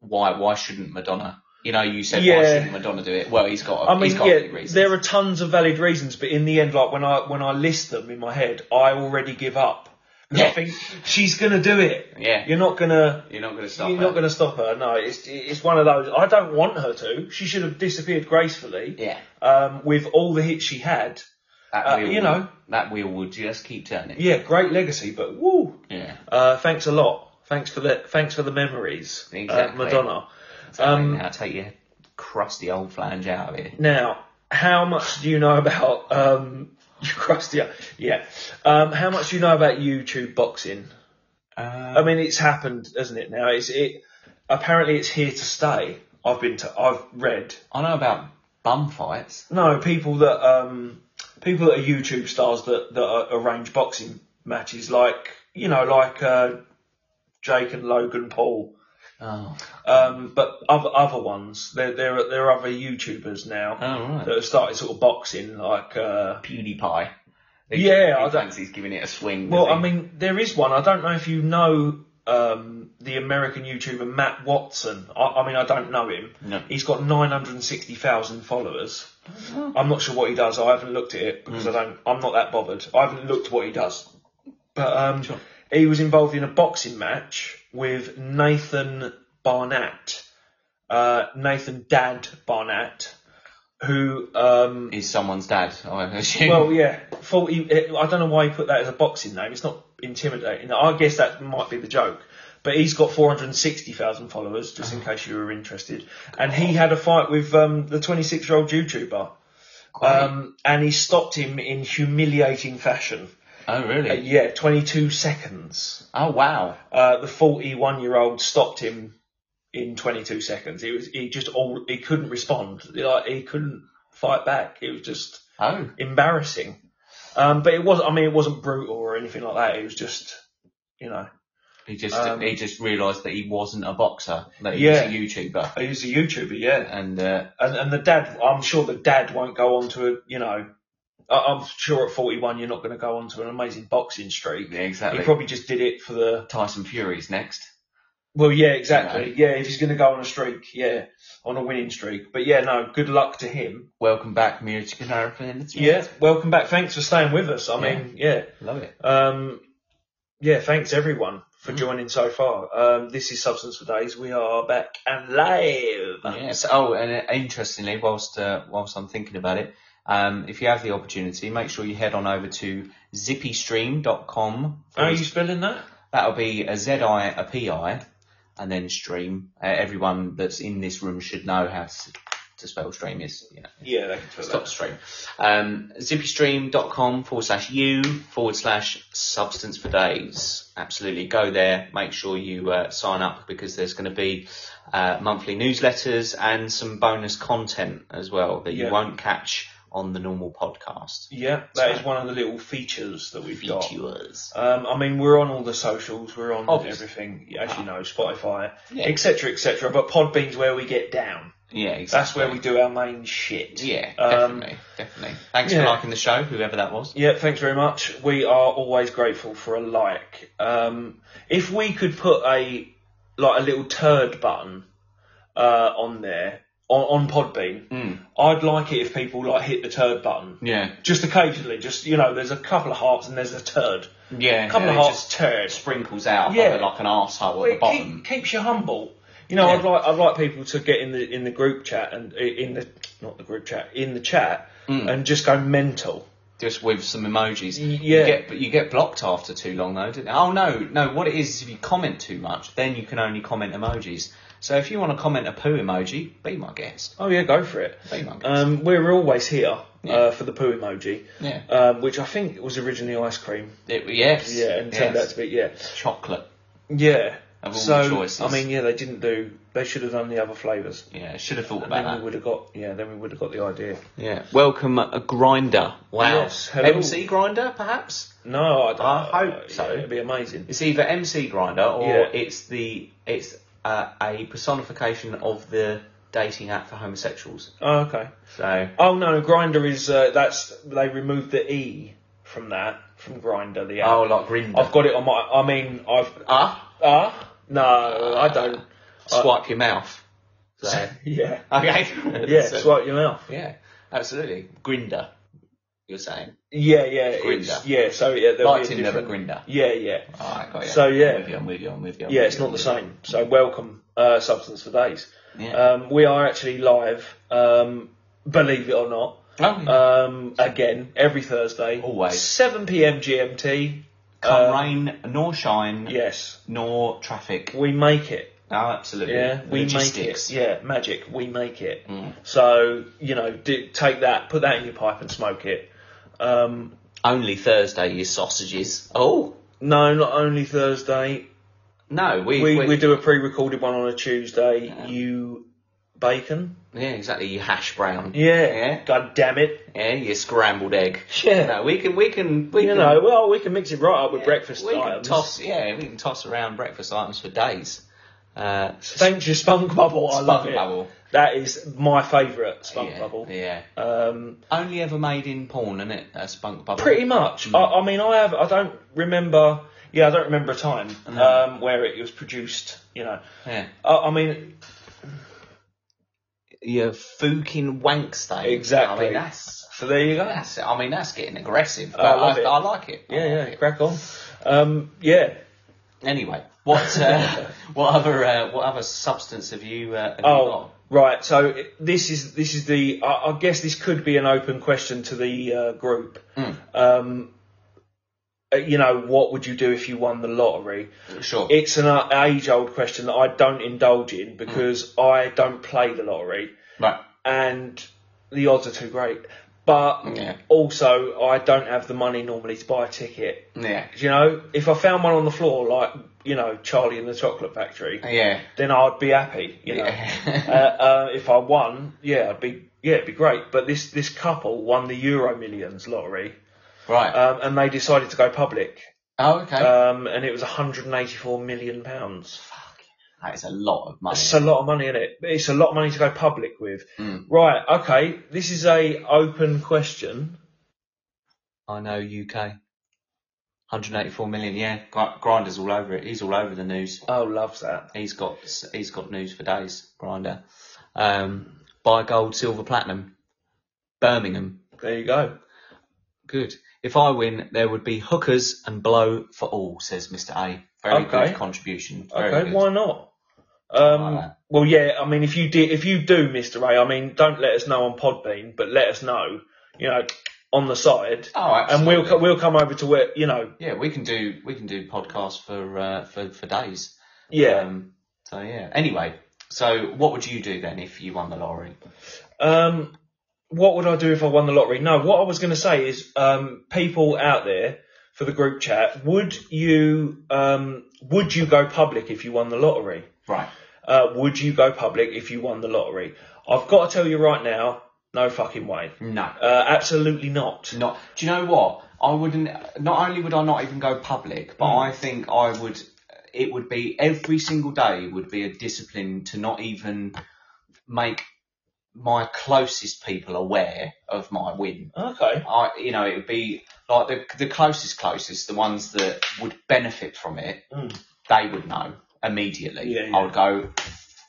Speaker 4: why why shouldn't Madonna? You know, you said why
Speaker 2: Yeah.
Speaker 4: shouldn't Madonna do it? Well, he's got.
Speaker 2: I mean,
Speaker 4: he's got good
Speaker 2: yeah,
Speaker 4: reasons.
Speaker 2: there are tons of valid reasons, but in the end, like when I when I list them in my head, I already give up. 'Cause I
Speaker 4: Yeah.
Speaker 2: think she's gonna do it.
Speaker 4: Yeah.
Speaker 2: You're not gonna.
Speaker 4: You're not going to stop.
Speaker 2: you're
Speaker 4: her.
Speaker 2: not gonna stop her. No, it's it's one of those. I don't want her to. She should have disappeared gracefully.
Speaker 4: Yeah.
Speaker 2: Um, with all the hits she had.
Speaker 4: That
Speaker 2: uh,
Speaker 4: wheel
Speaker 2: you know.
Speaker 4: would- that wheel would just keep turning.
Speaker 2: Yeah, great legacy, but woo.
Speaker 4: Yeah.
Speaker 2: Uh, thanks a lot. Thanks for the thanks for the memories, uh,
Speaker 4: Exactly.
Speaker 2: Madonna.
Speaker 4: Um,
Speaker 2: Um,
Speaker 4: now take your crusty old flange out of it.
Speaker 2: Now, how much do you know about um you crusty yeah. Um how much do you know about YouTube boxing? I
Speaker 4: Um,
Speaker 2: mean it's happened, hasn't it now? It's it apparently it's here to stay. I've been to I've read.
Speaker 4: I know about bum fights.
Speaker 2: No, people that um people that are YouTube stars that that are, arrange boxing matches like you know, like uh Jake and Logan Paul.
Speaker 4: Oh,
Speaker 2: Um, but other other ones, there there are, there are other YouTubers now
Speaker 4: oh right.
Speaker 2: that have started sort of boxing, like uh,
Speaker 4: PewDiePie.
Speaker 2: Yeah, I
Speaker 4: I
Speaker 2: don't-
Speaker 4: think he's giving it a swing.
Speaker 2: Well,
Speaker 4: does
Speaker 2: I
Speaker 4: he?
Speaker 2: mean, there is one. I don't know if you know um, the American YouTuber Matt Watson. I, I mean, I don't know him.
Speaker 4: No.
Speaker 2: He's got 960,000 followers. I'm not sure what he does. I haven't looked at it because
Speaker 4: Hmm.
Speaker 2: I don't. I'm not that bothered. I haven't looked what he does. But um,
Speaker 4: Sure.
Speaker 2: he was involved in a boxing match with Nathan Barnett, uh, Nathan Dad Barnett, who um,
Speaker 4: is someone's dad. I assume.
Speaker 2: well, yeah, forty. I don't know why he put that as a boxing name. It's not intimidating. I guess that might be the joke. But he's got four hundred sixty thousand followers, just in case you were interested. And he had a fight with um, the twenty-six-year-old YouTuber, um, and he stopped him in humiliating fashion.
Speaker 4: oh really?
Speaker 2: Uh, yeah, twenty-two seconds.
Speaker 4: Oh wow!
Speaker 2: Uh, the forty-one-year-old stopped him in twenty-two seconds. He was he just all he couldn't respond. Like he couldn't fight back. It was just
Speaker 4: Oh,
Speaker 2: embarrassing. Um, but it was, I mean, it wasn't brutal or anything like that. It was just, you know,
Speaker 4: he just
Speaker 2: Um,
Speaker 4: he just realised that he wasn't a boxer, that he
Speaker 2: Yeah.
Speaker 4: was a YouTuber,
Speaker 2: he was a YouTuber, yeah.
Speaker 4: and uh,
Speaker 2: And and the dad, I'm sure the dad won't go on to a, you know, I, I'm sure at 41 you're not going to go on to an amazing boxing streak.
Speaker 4: yeah, exactly.
Speaker 2: He probably just did it for the,
Speaker 4: Tyson Fury's next.
Speaker 2: well, yeah, exactly. Yeah, if he's going to go on a streak, yeah, on a winning streak. But yeah, no, good luck to him.
Speaker 4: Welcome back, Mira Chikanarapin.
Speaker 2: Yeah, welcome back. Thanks for staying with us. I mean, yeah.
Speaker 4: love
Speaker 1: Uh,
Speaker 4: it.
Speaker 2: Um, yeah, thanks everyone for joining so far. Um, this is Substance for Days. We are back and live.
Speaker 4: Yes. Oh, and uh, interestingly, whilst uh, whilst I'm thinking about it, um, if you have the opportunity, make sure you head on over to zippystream.com.
Speaker 1: Oh,
Speaker 2: How are you spelling that?
Speaker 4: That'll be a Z I, a P I, and then stream. Uh, everyone that's in this room should know how to, to spell stream. Is you know,
Speaker 2: Yeah, they can spell
Speaker 4: stop stream. Um, zippystream.com forward slash u forward slash substance for days. Absolutely go there. Make sure you uh, sign up because there's going to be uh, monthly newsletters and some bonus content as well that
Speaker 2: Yeah.
Speaker 4: you won't catch on the normal podcast.
Speaker 2: Yeah, that is one of the little features that we've got.
Speaker 4: Features.
Speaker 2: Um, I mean, we're on all the socials. We're on
Speaker 4: Obvious.
Speaker 2: everything, as you know, Spotify,
Speaker 4: Yeah.
Speaker 2: etc., etc. But Podbean's where we get down.
Speaker 4: Yeah, exactly.
Speaker 2: That's where we do our main shit.
Speaker 4: Yeah,
Speaker 2: Um,
Speaker 4: definitely, definitely. Thanks
Speaker 2: yeah.
Speaker 4: for liking the show, whoever that was.
Speaker 2: Yeah, thanks very much. We are always grateful for a like. Um, if we could put a like a little turd button uh, on there on, on Podbean,
Speaker 4: Mm.
Speaker 2: I'd like it if people like hit the turd button
Speaker 4: Yeah,
Speaker 2: just occasionally. Just you know, there's a couple of hearts and there's a turd,
Speaker 4: yeah.
Speaker 2: a couple
Speaker 4: yeah,
Speaker 2: of
Speaker 4: it
Speaker 2: hearts,
Speaker 4: just
Speaker 2: turd.
Speaker 4: sprinkles out
Speaker 2: Yeah.
Speaker 4: like, like an arsehole at the
Speaker 2: It
Speaker 4: bottom.
Speaker 2: keep, keeps you humble. You know, I'd
Speaker 4: Yeah.
Speaker 2: like I'd like people to get in the in
Speaker 4: Mm.
Speaker 2: the group chat and in the not the group chat in the chat and just go mental.
Speaker 4: just with some emojis.
Speaker 2: Y- yeah.
Speaker 4: You get, but you get blocked after too long though, didn't Oh no, no. What it is is if you comment too much, then you can only comment emojis. So if you want to comment a poo emoji, be my guest.
Speaker 2: Oh yeah, go for it.
Speaker 4: Be my guest.
Speaker 2: Um, we're always here
Speaker 4: Yeah.
Speaker 2: uh, for the poo emoji,
Speaker 4: yeah.
Speaker 2: um, which I think was originally ice cream.
Speaker 4: It- yes.
Speaker 2: Yeah, and
Speaker 4: yes.
Speaker 2: turned out to be yeah,
Speaker 4: chocolate.
Speaker 2: yeah.
Speaker 4: Of all
Speaker 2: so
Speaker 4: the choices.
Speaker 2: I mean, yeah, they didn't do. They should have done the other flavors.
Speaker 4: Yeah, should have thought
Speaker 2: And then
Speaker 4: about
Speaker 2: we
Speaker 4: that.
Speaker 2: would have got yeah. Then we would have got the idea.
Speaker 4: Yeah. Welcome, a grinder. Wow.
Speaker 2: Yes, hello.
Speaker 4: MC grinder, perhaps.
Speaker 2: No, I,
Speaker 4: I hope
Speaker 2: uh,
Speaker 4: so.
Speaker 2: yeah, it'd be amazing.
Speaker 4: It's either MC grinder or
Speaker 2: Yeah.
Speaker 4: it's the it's uh, a personification of the dating app for homosexuals.
Speaker 2: Oh, okay.
Speaker 4: So
Speaker 2: Oh no, grinder is uh, that's they removed the e from that from grinder. The app.
Speaker 4: oh, like grinder.
Speaker 2: I've got it on my. I mean, I've
Speaker 4: ah,
Speaker 2: ah no, I don't.
Speaker 4: swipe your mouth. So
Speaker 2: Yeah,
Speaker 4: okay.
Speaker 2: yeah.
Speaker 4: So-
Speaker 2: swipe your mouth.
Speaker 4: yeah, absolutely. Grinder. You're saying
Speaker 2: Yeah, yeah, it's,
Speaker 4: Grinder.
Speaker 2: yeah. So yeah, there'll
Speaker 4: like
Speaker 2: be a
Speaker 4: Tinder but
Speaker 2: different-
Speaker 4: grinder.
Speaker 2: Yeah, yeah,
Speaker 4: All right, got you.
Speaker 2: So, yeah.
Speaker 4: I'm with you. I'm with you. I'm with you. I'm
Speaker 2: yeah.
Speaker 4: with
Speaker 2: It's
Speaker 4: you,
Speaker 2: not
Speaker 4: I'm
Speaker 2: the
Speaker 4: with
Speaker 2: same. So welcome, uh, substance for days.
Speaker 4: you. Yeah.
Speaker 2: Um, we are actually live. Um, believe it or not.
Speaker 4: oh, yeah.
Speaker 2: Um, again, every Thursday,
Speaker 4: Always.
Speaker 2: seven p.m. GMT.
Speaker 4: come
Speaker 2: um,
Speaker 4: rain nor shine
Speaker 2: Yes,
Speaker 4: nor traffic.
Speaker 2: we make it.
Speaker 4: Oh, absolutely.
Speaker 2: Yeah, we
Speaker 4: Logistics.
Speaker 2: make it. Yeah, magic. We make it.
Speaker 4: Mm.
Speaker 2: So you know, do, take that, put that in your pipe, and smoke it. Um,
Speaker 4: Only Thursday, you sausages. Oh
Speaker 2: no, not only Thursday.
Speaker 4: no, we,
Speaker 2: We
Speaker 4: we-
Speaker 2: we do a pre-recorded one on a Tuesday.
Speaker 4: Yeah.
Speaker 2: You bacon.
Speaker 4: yeah exactly. You hash brown.
Speaker 2: Yeah.
Speaker 4: Yeah.
Speaker 2: God damn it.
Speaker 4: Yeah, you scrambled egg.
Speaker 2: Yeah.
Speaker 4: No, we can we can we
Speaker 2: you
Speaker 4: can
Speaker 2: know, well, we can mix it right up with
Speaker 4: yeah,
Speaker 2: breakfast
Speaker 4: we
Speaker 2: items.
Speaker 4: Can toss yeah, we can toss around breakfast items for days. Uh,
Speaker 2: Thank you, Spunk Bubble. I
Speaker 4: Spunk
Speaker 2: love it.
Speaker 4: Bubble.
Speaker 2: That is my favourite Spunk
Speaker 4: yeah,
Speaker 2: Bubble.
Speaker 4: Yeah.
Speaker 2: Um,
Speaker 4: Only ever made in porn, isn't it? A spunk bubble.
Speaker 2: pretty much.
Speaker 4: Mm.
Speaker 2: I, I mean, I have. I don't remember. Yeah, I don't remember a time um, where it was produced. You know,
Speaker 4: Yeah.
Speaker 2: I, I mean,
Speaker 4: Your fucking wank stain.
Speaker 2: Exactly.
Speaker 4: I mean that's
Speaker 2: so there you go.
Speaker 4: that's I mean that's getting aggressive. But
Speaker 2: I
Speaker 4: I,
Speaker 2: love
Speaker 4: like,
Speaker 2: it.
Speaker 4: I like it. I
Speaker 2: Yeah,
Speaker 4: like
Speaker 2: yeah,
Speaker 4: it.
Speaker 2: crack on. Um, yeah.
Speaker 4: Anyway, what uh, what other uh, what other substance have you? Uh, have you
Speaker 2: Oh,
Speaker 4: got?
Speaker 2: right. So it- this is this is the. I, I guess this could be an open question to the uh, group.
Speaker 4: Hmm.
Speaker 2: Um, uh, you know, what would you do if you won the lottery?
Speaker 4: sure.
Speaker 2: It's an uh, age-old question that I don't indulge in because
Speaker 4: Hmm.
Speaker 2: I don't play the lottery,
Speaker 4: right.
Speaker 2: and the odds are too great. But
Speaker 4: Yeah.
Speaker 2: also, I don't have the money normally to buy a ticket.
Speaker 4: Yeah.
Speaker 2: You know, if I found one on the floor, like you know Charlie in the Chocolate Factory,
Speaker 4: Yeah.
Speaker 2: then I'd be happy. You know uh,
Speaker 4: Yeah.
Speaker 2: uh, if I won, yeah, it'd be yeah, it'd be great. But this this couple won the Euro Millions lottery,
Speaker 4: right.
Speaker 2: um, and they decided to go public,
Speaker 4: oh, okay.
Speaker 2: um, and it was 184 million pounds.
Speaker 4: that is a lot of money.
Speaker 2: It's a lot of money in it. It's a lot of money to go public with.
Speaker 4: Mm.
Speaker 2: Right, okay. This is a open question.
Speaker 4: I know UK. 184 million. Yeah. Gr- Grinder's all over it. He's all over the news.
Speaker 2: Oh, loves that.
Speaker 4: He's got he's got news for days. Grinder. Um, buy gold, silver, platinum. Birmingham.
Speaker 2: There you go.
Speaker 4: Good. If I win, there would be hookers and blow for all, says Mr. A. Very
Speaker 2: Okay.
Speaker 4: good contribution. Very
Speaker 2: Okay,
Speaker 4: good.
Speaker 2: why not? Um,
Speaker 4: like that.
Speaker 2: well, yeah. I mean, if you did, if you do, Mister Ray, I mean, don't let us know on Podbean, but let us know. You know, on the side.
Speaker 4: Oh,
Speaker 2: and
Speaker 4: absolutely.
Speaker 2: we'll co- we'll come over to where you know
Speaker 4: yeah, we can do we can do podcasts for uh, for for days.
Speaker 2: yeah
Speaker 4: Um, so yeah. Anyway, so what would you do then if you won the lottery?
Speaker 2: um what would I do if I won the lottery no what I was going to say is um people out there for the group chat would you um would you go public if you won the lottery
Speaker 4: Right.
Speaker 2: uh would you go public if you won the lottery I've got to tell you right now no fucking way
Speaker 4: No.
Speaker 2: uh absolutely not
Speaker 4: Not. Do you know what? I wouldn't. Not only would I not even go public, but
Speaker 2: Mm.
Speaker 4: I think I would. It would be every single day would be a discipline to not even make my closest people aware of my win.
Speaker 2: okay
Speaker 4: I, you know, it would be like the the closest, closest, the ones that would benefit from it,
Speaker 2: Mm.
Speaker 4: they would know immediately.
Speaker 2: Yeah, yeah.
Speaker 4: I would go,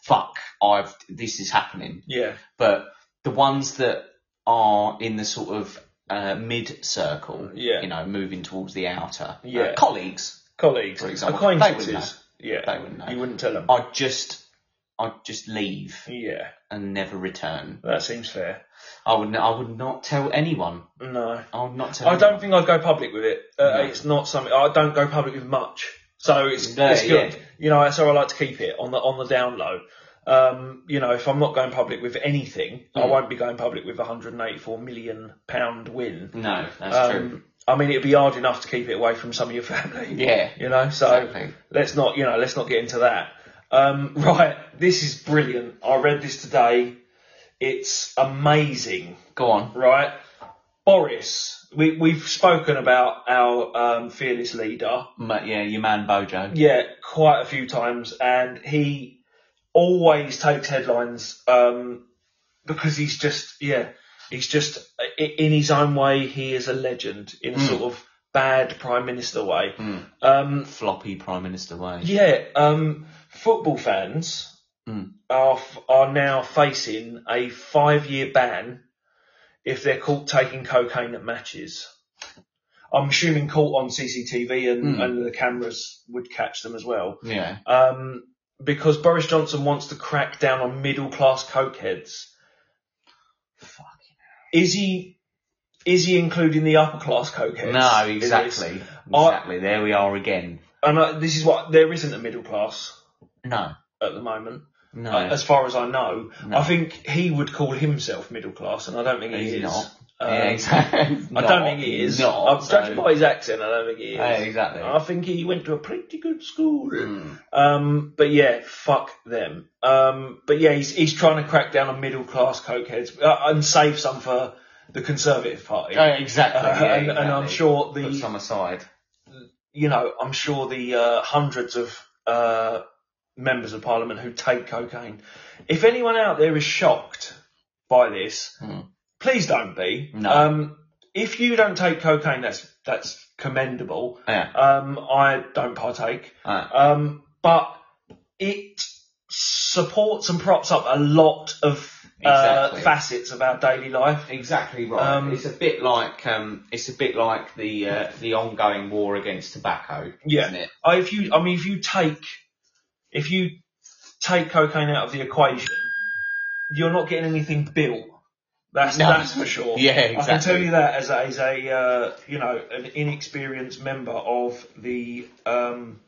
Speaker 4: fuck, I've this is happening.
Speaker 2: yeah
Speaker 4: But the ones that are in the sort of uh, mid circle,
Speaker 2: Yeah.
Speaker 4: you know, moving towards the outer,
Speaker 2: Yeah.
Speaker 4: uh, colleagues,
Speaker 2: colleagues
Speaker 4: For example,
Speaker 2: acquaintances
Speaker 4: they
Speaker 2: yeah
Speaker 4: they wouldn't know. Oh.
Speaker 2: you wouldn't tell them
Speaker 4: I just I'd just leave
Speaker 2: Yeah,
Speaker 4: and never return.
Speaker 2: that seems fair.
Speaker 4: I would. n- I would not tell anyone.
Speaker 2: No.
Speaker 4: I would not tell.
Speaker 2: I don't
Speaker 4: anyone.
Speaker 2: think I'd go public with it. Uh,
Speaker 4: No.
Speaker 2: It's not something I don't go public with much, so it's,
Speaker 4: No,
Speaker 2: it's good.
Speaker 4: yeah.
Speaker 2: You know, that's how I like to keep it on the on the down low. Um, you know, if I'm not going public with anything, I
Speaker 4: Mm.
Speaker 2: won't be going public with a 184 million pound win.
Speaker 4: No, Mm, that's true.
Speaker 2: Um, I mean, it'd be hard enough to keep it away from some of your family.
Speaker 4: Yeah.
Speaker 2: You know, so
Speaker 4: Exactly.
Speaker 2: let's not, you know, let's not get into that. Um, right, this is brilliant. I read this today. It's amazing
Speaker 4: Go on.
Speaker 2: right? Boris, we, we've spoken about our um, fearless leader,
Speaker 4: Ma- yeah, your man Bojo.
Speaker 2: yeah, quite a few times, and he always takes headlines um, because he's just, yeah, he's just i- in his own way, he is a legend in a
Speaker 4: Mm.
Speaker 2: sort of bad prime minister way.
Speaker 4: Mm.
Speaker 2: Um,
Speaker 4: Floppy prime minister way.
Speaker 2: yeah, um, football fans
Speaker 4: Mm.
Speaker 2: are f- are now facing a five year ban if they're caught taking cocaine at matches. I'm assuming caught on CCTV and,
Speaker 4: Mm.
Speaker 2: and the cameras would catch them as well.
Speaker 4: Yeah.
Speaker 2: Um, because Boris Johnson wants to crack down on middle class cokeheads. Is he is he including the upper class cokeheads?
Speaker 4: No,
Speaker 2: in this?
Speaker 4: exactly.
Speaker 2: I-
Speaker 4: Exactly. there we are again.
Speaker 2: And I, this is what there isn't a middle class
Speaker 4: No.
Speaker 2: at the moment.
Speaker 4: No.
Speaker 2: Uh, as far as I know.
Speaker 4: Oh, No.
Speaker 2: I think he would call himself middle class, and I don't think he
Speaker 4: He's
Speaker 2: is.
Speaker 4: not.
Speaker 2: Um,
Speaker 4: yeah, exactly.
Speaker 2: I don't think he is.
Speaker 4: Not,
Speaker 2: I'm
Speaker 4: so-
Speaker 2: judging by his accent, I don't think he is.
Speaker 4: Yeah, exactly.
Speaker 2: I think he went to a pretty good school.
Speaker 4: Mm.
Speaker 2: Um, but yeah, fuck them. Um, but yeah, he's he's trying to crack down on middle class cokeheads uh, and save some for the Conservative Party.
Speaker 4: Oh, Yeah, exactly.
Speaker 2: Uh,
Speaker 4: yeah,
Speaker 2: and, and I'm
Speaker 4: exactly.
Speaker 2: sure
Speaker 4: Put some
Speaker 2: the
Speaker 4: aside.
Speaker 2: you know I'm sure the uh, hundreds of uh, members of Parliament who take cocaine. If anyone out there is shocked by this,
Speaker 4: Hmm.
Speaker 2: please don't be.
Speaker 4: No.
Speaker 2: Um, if you don't take cocaine, that's that's commendable.
Speaker 4: Yeah.
Speaker 2: Um, I don't partake.
Speaker 4: Alright.
Speaker 2: Um, but it supports and props up a lot of uh,
Speaker 4: Exactly.
Speaker 2: facets of our daily life.
Speaker 4: Exactly right.
Speaker 2: Um,
Speaker 4: it's a bit like um, it's a bit like the uh, the ongoing war against tobacco,
Speaker 2: Yeah.
Speaker 4: isn't it?
Speaker 2: I, if you, I mean, if you take, if you take cocaine out of the equation, you're not getting anything built. That's
Speaker 4: No.
Speaker 2: that's for sure.
Speaker 4: Yeah,
Speaker 2: I can tell
Speaker 4: exactly.
Speaker 2: you that as a, as a uh, you know an inexperienced member of the um,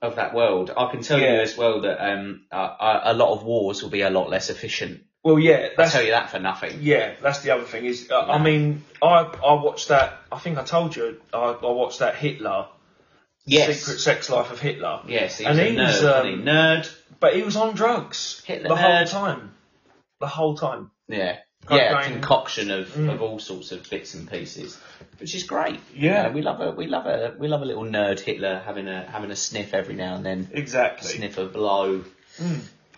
Speaker 4: Of that world, I can tell you
Speaker 2: Yeah.
Speaker 4: as well that um, a- a, a lot of wars will be a lot less efficient.
Speaker 2: well yeah
Speaker 4: I will
Speaker 2: that's
Speaker 4: tell you that for nothing.
Speaker 2: Yeah, that's the other thing is, uh, I mean, I I watched that. I think I told you I, I watched that Hitler
Speaker 4: Yes,
Speaker 2: Secret Sex Life of Hitler,
Speaker 4: yes, he's
Speaker 2: And
Speaker 4: a
Speaker 2: he's,
Speaker 4: nerd. wasn't he?
Speaker 2: um,
Speaker 4: Nerd.
Speaker 2: but he was on drugs
Speaker 4: Hitler uh,
Speaker 2: the
Speaker 4: nerd.
Speaker 2: whole time, the whole time.
Speaker 4: Yeah. Yeah,
Speaker 2: Cocaine.
Speaker 4: concoction of,
Speaker 2: Mm.
Speaker 4: of all sorts of bits and pieces, which is great.
Speaker 2: Yeah.
Speaker 4: You know, we love a we love a we love a little nerd Hitler having a having a sniff every now and then,
Speaker 2: Exactly.
Speaker 4: sniff a blow. Hmm.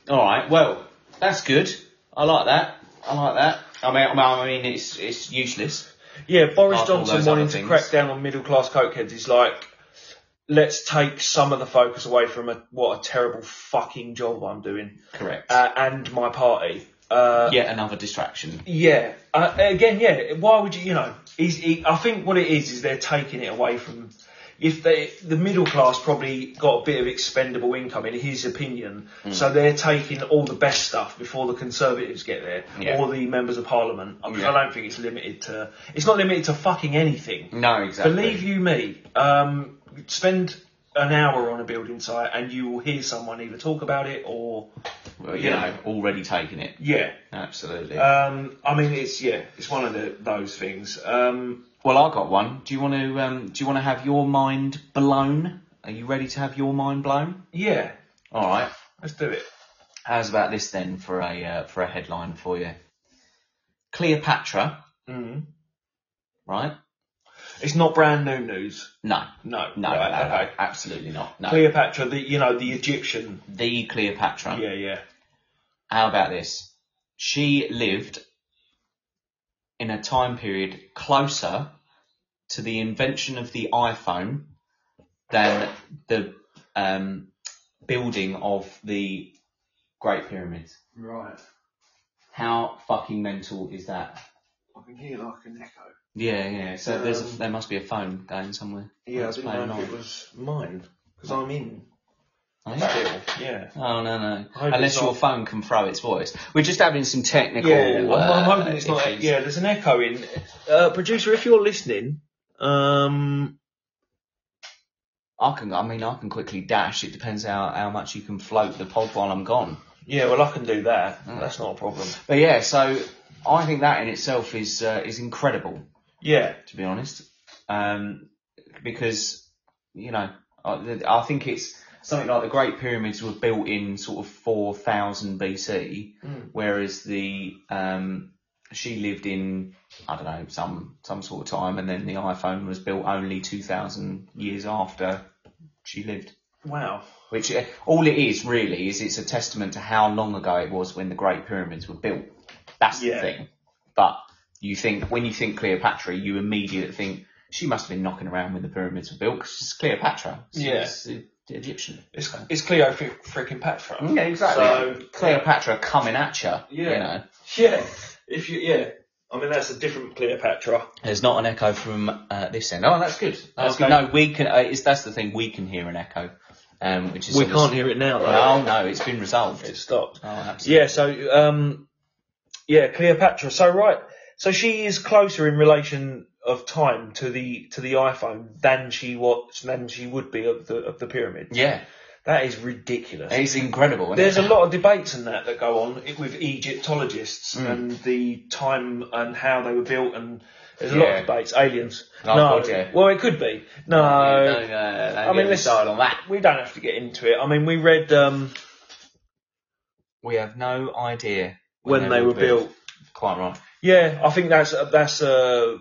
Speaker 4: All right, well, that's good. I like that. I like that. I mean, I mean, I mean it's it's useless.
Speaker 2: Yeah, Boris
Speaker 4: Apart from all
Speaker 2: Johnson
Speaker 4: those
Speaker 2: wanting
Speaker 4: other
Speaker 2: to
Speaker 4: things.
Speaker 2: crack down on middle class cokeheads is like, let's take some of the focus away from a, what a terrible fucking job I'm doing
Speaker 4: Correct.
Speaker 2: uh, and my party. Uh,
Speaker 4: Yet another distraction.
Speaker 2: Yeah. Uh, again, yeah. Why would you? You know, he's, he, I think what it is is they're taking it away from. If they, the middle class probably got a bit of expendable income, in his opinion,
Speaker 4: Hmm.
Speaker 2: so they're taking all the best stuff before the Conservatives get there,
Speaker 4: Yeah.
Speaker 2: or the members of Parliament. I, mean,
Speaker 4: Yeah.
Speaker 2: I don't think it's limited to. It's not limited to fucking anything.
Speaker 4: No, exactly.
Speaker 2: Believe you me, um, spend an hour on a building site and you will hear someone either talk about it or
Speaker 4: Well, you know, already taking it.
Speaker 2: yeah.
Speaker 4: Absolutely. Uh,
Speaker 2: Um, I mean, it's yeah, it's one of the, those things. Um,
Speaker 4: well, I got one. Do you want to um, do you want to have your mind blown? Are you ready to have your mind blown?
Speaker 2: yeah,
Speaker 4: All right.
Speaker 2: let's do it.
Speaker 4: How's about this then for a uh, for a headline for you? Cleopatra, Mm-hmm.
Speaker 2: Mm.
Speaker 4: right?
Speaker 2: It's not brand new news.
Speaker 4: No,
Speaker 2: No,
Speaker 4: no,
Speaker 2: Right,
Speaker 4: no, no,
Speaker 2: okay.
Speaker 4: absolutely not. No,
Speaker 2: Cleopatra, the you know the Egyptian.
Speaker 4: the Cleopatra.
Speaker 2: Yeah, yeah.
Speaker 4: How about this? She lived in a time period closer to the invention of the iPhone than the um, building of the Great Pyramids.
Speaker 2: Right.
Speaker 4: How fucking mental is that?
Speaker 2: I can hear like an echo.
Speaker 4: Yeah, yeah. So there's a,
Speaker 2: Um,
Speaker 4: there must be a phone going somewhere.
Speaker 2: Yeah,
Speaker 4: That's
Speaker 2: I didn't know
Speaker 4: playing
Speaker 2: if
Speaker 4: on.
Speaker 2: it was mine because I'm in
Speaker 4: Eh?
Speaker 2: Yeah.
Speaker 4: Oh no no!
Speaker 2: I hope
Speaker 4: Unless
Speaker 2: it's
Speaker 4: your
Speaker 2: not.
Speaker 4: phone can throw its voice. We're just having some technical.
Speaker 2: Yeah, I'm,
Speaker 4: uh,
Speaker 2: I'm hoping it's not.
Speaker 4: issues.
Speaker 2: Yeah, there's an echo in. Uh, producer, if you're listening, um,
Speaker 4: I can. I mean, I can quickly dash. It depends how how much you can float the pod while I'm gone.
Speaker 2: yeah, well, I can do that.
Speaker 4: Mm.
Speaker 2: That's not a problem.
Speaker 4: But yeah, so I think that in itself is uh, is incredible.
Speaker 2: Yeah,
Speaker 4: to be honest, um, because you know I, I think it's something like the Great Pyramids were built in sort of 4000 BC,
Speaker 2: Mm.
Speaker 4: whereas the um, she lived in I don't know some some sort of time, and then the iPhone was built only 2000 years after she lived.
Speaker 2: wow.
Speaker 4: Which uh, all it is really is it's a testament to how long ago it was when the Great Pyramids were built. That's the
Speaker 2: Yeah.
Speaker 4: thing. But you think when you think Cleopatra, you immediately think she must have been knocking around when the pyramids were built 'cause she's Cleopatra. She's
Speaker 2: Yeah.
Speaker 4: uh, Egyptian.
Speaker 2: It's, it's Cleo fr- freaking Patra.
Speaker 4: Yeah, exactly.
Speaker 2: So-
Speaker 4: Cleopatra coming at you. You
Speaker 2: Yeah.
Speaker 4: know,
Speaker 2: Yeah, if you, yeah. I mean, that's a different Cleopatra.
Speaker 4: there's not an echo from uh, this end. Oh, that's good. That's
Speaker 2: Okay.
Speaker 4: good. No, we can. Uh, it's, that's the thing. We can hear an echo, um, which is
Speaker 2: We
Speaker 4: obviously-
Speaker 2: can't hear it now, though.
Speaker 4: Oh no, it's been resolved.
Speaker 2: It stopped.
Speaker 4: Oh, absolutely.
Speaker 2: Yeah, so, um, yeah, Cleopatra. So, right. So she is closer in relation of time to the to the iPhone than she was than she would be of the of the pyramid.
Speaker 4: Yeah,
Speaker 2: That is ridiculous.
Speaker 4: it's incredible. Isn't
Speaker 2: There's
Speaker 4: it?
Speaker 2: a lot of debates in that that go on with Egyptologists and the time and how they were built, and there's a lot
Speaker 4: Yeah.
Speaker 2: of debates. Aliens?
Speaker 4: Oh,
Speaker 2: no.
Speaker 4: God, yeah.
Speaker 2: Well, it could be. No.
Speaker 4: I mean,
Speaker 2: let's-
Speaker 4: decide on that.
Speaker 2: We don't have to get into it. I mean, we read um,
Speaker 4: We have no idea
Speaker 2: when, they, were built.
Speaker 4: Quite right.
Speaker 2: Yeah, I think that's that's uh,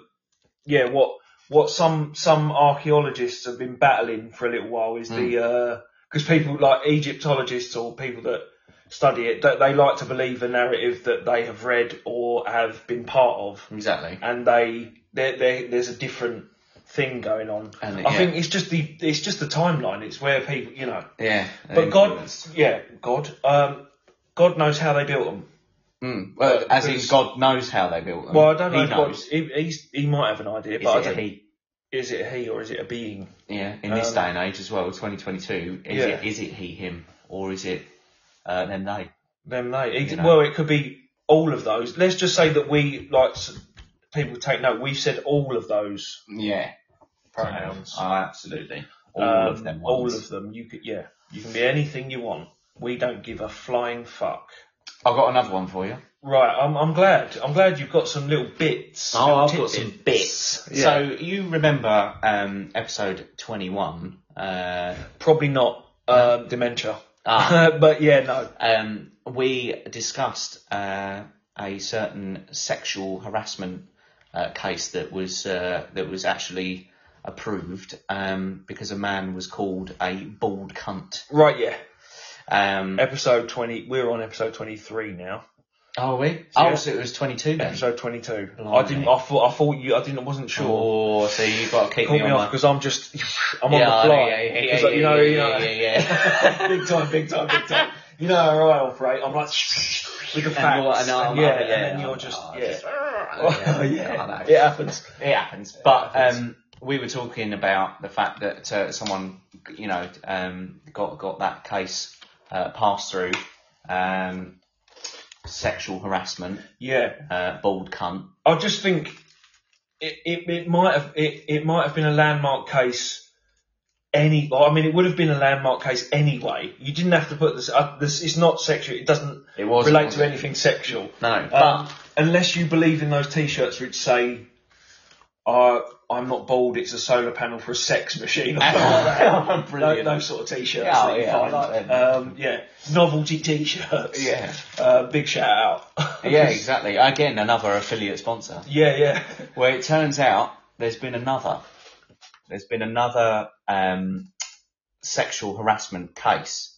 Speaker 2: yeah what what some some archaeologists have been battling for a little while is
Speaker 4: Hmm.
Speaker 2: the because people like Egyptologists or people that study it that they like to believe a narrative that they have read or have been part of,
Speaker 4: Exactly.
Speaker 2: and they there there there's a different thing going on.
Speaker 4: And it-
Speaker 2: I
Speaker 4: yeah.
Speaker 2: think it's just the it's just the timeline. It's where people you know.
Speaker 4: Yeah.
Speaker 2: But God,
Speaker 4: influenced.
Speaker 2: yeah, God, um, God knows how they built them.
Speaker 4: Mm. Well,
Speaker 2: uh,
Speaker 4: as in,
Speaker 2: because-
Speaker 4: God knows how they built them.
Speaker 2: Well, I don't know.
Speaker 4: He
Speaker 2: if God,
Speaker 4: knows.
Speaker 2: he, he's, he might have an idea,
Speaker 4: Is
Speaker 2: but
Speaker 4: it
Speaker 2: I
Speaker 4: a
Speaker 2: don't,
Speaker 4: he?
Speaker 2: is it a he or is it a being?
Speaker 4: Yeah. In this
Speaker 2: Um,
Speaker 4: day and age as well, 2022, is
Speaker 2: Yeah.
Speaker 4: it is it he him or is it uh, them they?
Speaker 2: Them they. It-
Speaker 4: You know.
Speaker 2: Well, it could be all of those. Let's just say that we like s- people take note. We've said all of those
Speaker 4: Yeah.
Speaker 2: pronouns.
Speaker 4: Oh, absolutely. All
Speaker 2: Um,
Speaker 4: of them.
Speaker 2: All
Speaker 4: ones.
Speaker 2: of them. You could, yeah. You can be anything you want. We don't give a flying fuck.
Speaker 4: I've got another one for you.
Speaker 2: Right. I'm, I'm glad. I'm glad you've got some little bits.
Speaker 4: Oh, I've
Speaker 2: little
Speaker 4: got some
Speaker 2: tidbits.
Speaker 4: bits.
Speaker 2: Yeah.
Speaker 4: So you remember um, episode 21? Uh,
Speaker 2: probably not um, dementia.
Speaker 4: ah,
Speaker 2: but yeah, no.
Speaker 4: um, we discussed uh, a certain sexual harassment uh, case that was uh, that was actually approved um, because a man was called a bald cunt.
Speaker 2: Right. Yeah.
Speaker 4: Um,
Speaker 2: Episode twenty. We're on episode twenty-three now.
Speaker 4: are we?
Speaker 2: Yeah.
Speaker 4: Oh, so it was twenty two then.
Speaker 2: Episode twenty-two. I
Speaker 4: Blimey.
Speaker 2: didn't. I thought. I thought you. I didn't. I wasn't sure.
Speaker 4: Oh, so you've got to keep
Speaker 2: Caught
Speaker 4: me
Speaker 2: me
Speaker 4: on
Speaker 2: off
Speaker 4: my.
Speaker 2: because I'm just. I'm
Speaker 4: Yeah,
Speaker 2: on
Speaker 4: I
Speaker 2: the
Speaker 4: know,
Speaker 2: fly.
Speaker 4: yeah, yeah,
Speaker 2: 'Cause,
Speaker 4: yeah,
Speaker 2: you know.
Speaker 4: yeah,
Speaker 2: you know.
Speaker 4: yeah, yeah,
Speaker 2: big time. Big time. Big time. You know how I operate. I'm like. Look at
Speaker 4: And
Speaker 2: facts.
Speaker 4: what- and I'm-
Speaker 2: and yeah,
Speaker 4: I'm-
Speaker 2: and then
Speaker 4: yeah,
Speaker 2: you're
Speaker 4: I'm-
Speaker 2: just.
Speaker 4: oh,
Speaker 2: yeah.
Speaker 4: just- yeah, Oh, yeah, I know.
Speaker 2: It happens.
Speaker 4: It happens. But um, we were talking about the fact that uh, someone, you know, um, got got that case uh, passed through um, sexual harassment,
Speaker 2: Yeah.
Speaker 4: uh, bald cunt.
Speaker 2: I just think it, it, it might have it, it might have been a landmark case. Any, I mean, it would have been a landmark case anyway. You didn't have to put this. Uh, this it's not sexual. It doesn't
Speaker 4: It wasn't,
Speaker 2: relate
Speaker 4: was
Speaker 2: to
Speaker 4: it? Uh,
Speaker 2: anything sexual.
Speaker 4: No, but
Speaker 2: Um, unless you believe in those T-shirts which say, uh, "I'm not bald. It's a solar panel for a sex machine." Those,
Speaker 4: Brilliant.
Speaker 2: those sort of T-shirts.
Speaker 4: Yeah,
Speaker 2: that you
Speaker 4: Oh, yeah, I
Speaker 2: find.
Speaker 4: like them.
Speaker 2: um, yeah, novelty T-shirts.
Speaker 4: Yeah.
Speaker 2: Uh, big shout out.
Speaker 4: yeah, exactly. Again, another affiliate sponsor.
Speaker 2: yeah, yeah.
Speaker 4: Well, it turns out there's been another. There's been another um, sexual harassment case.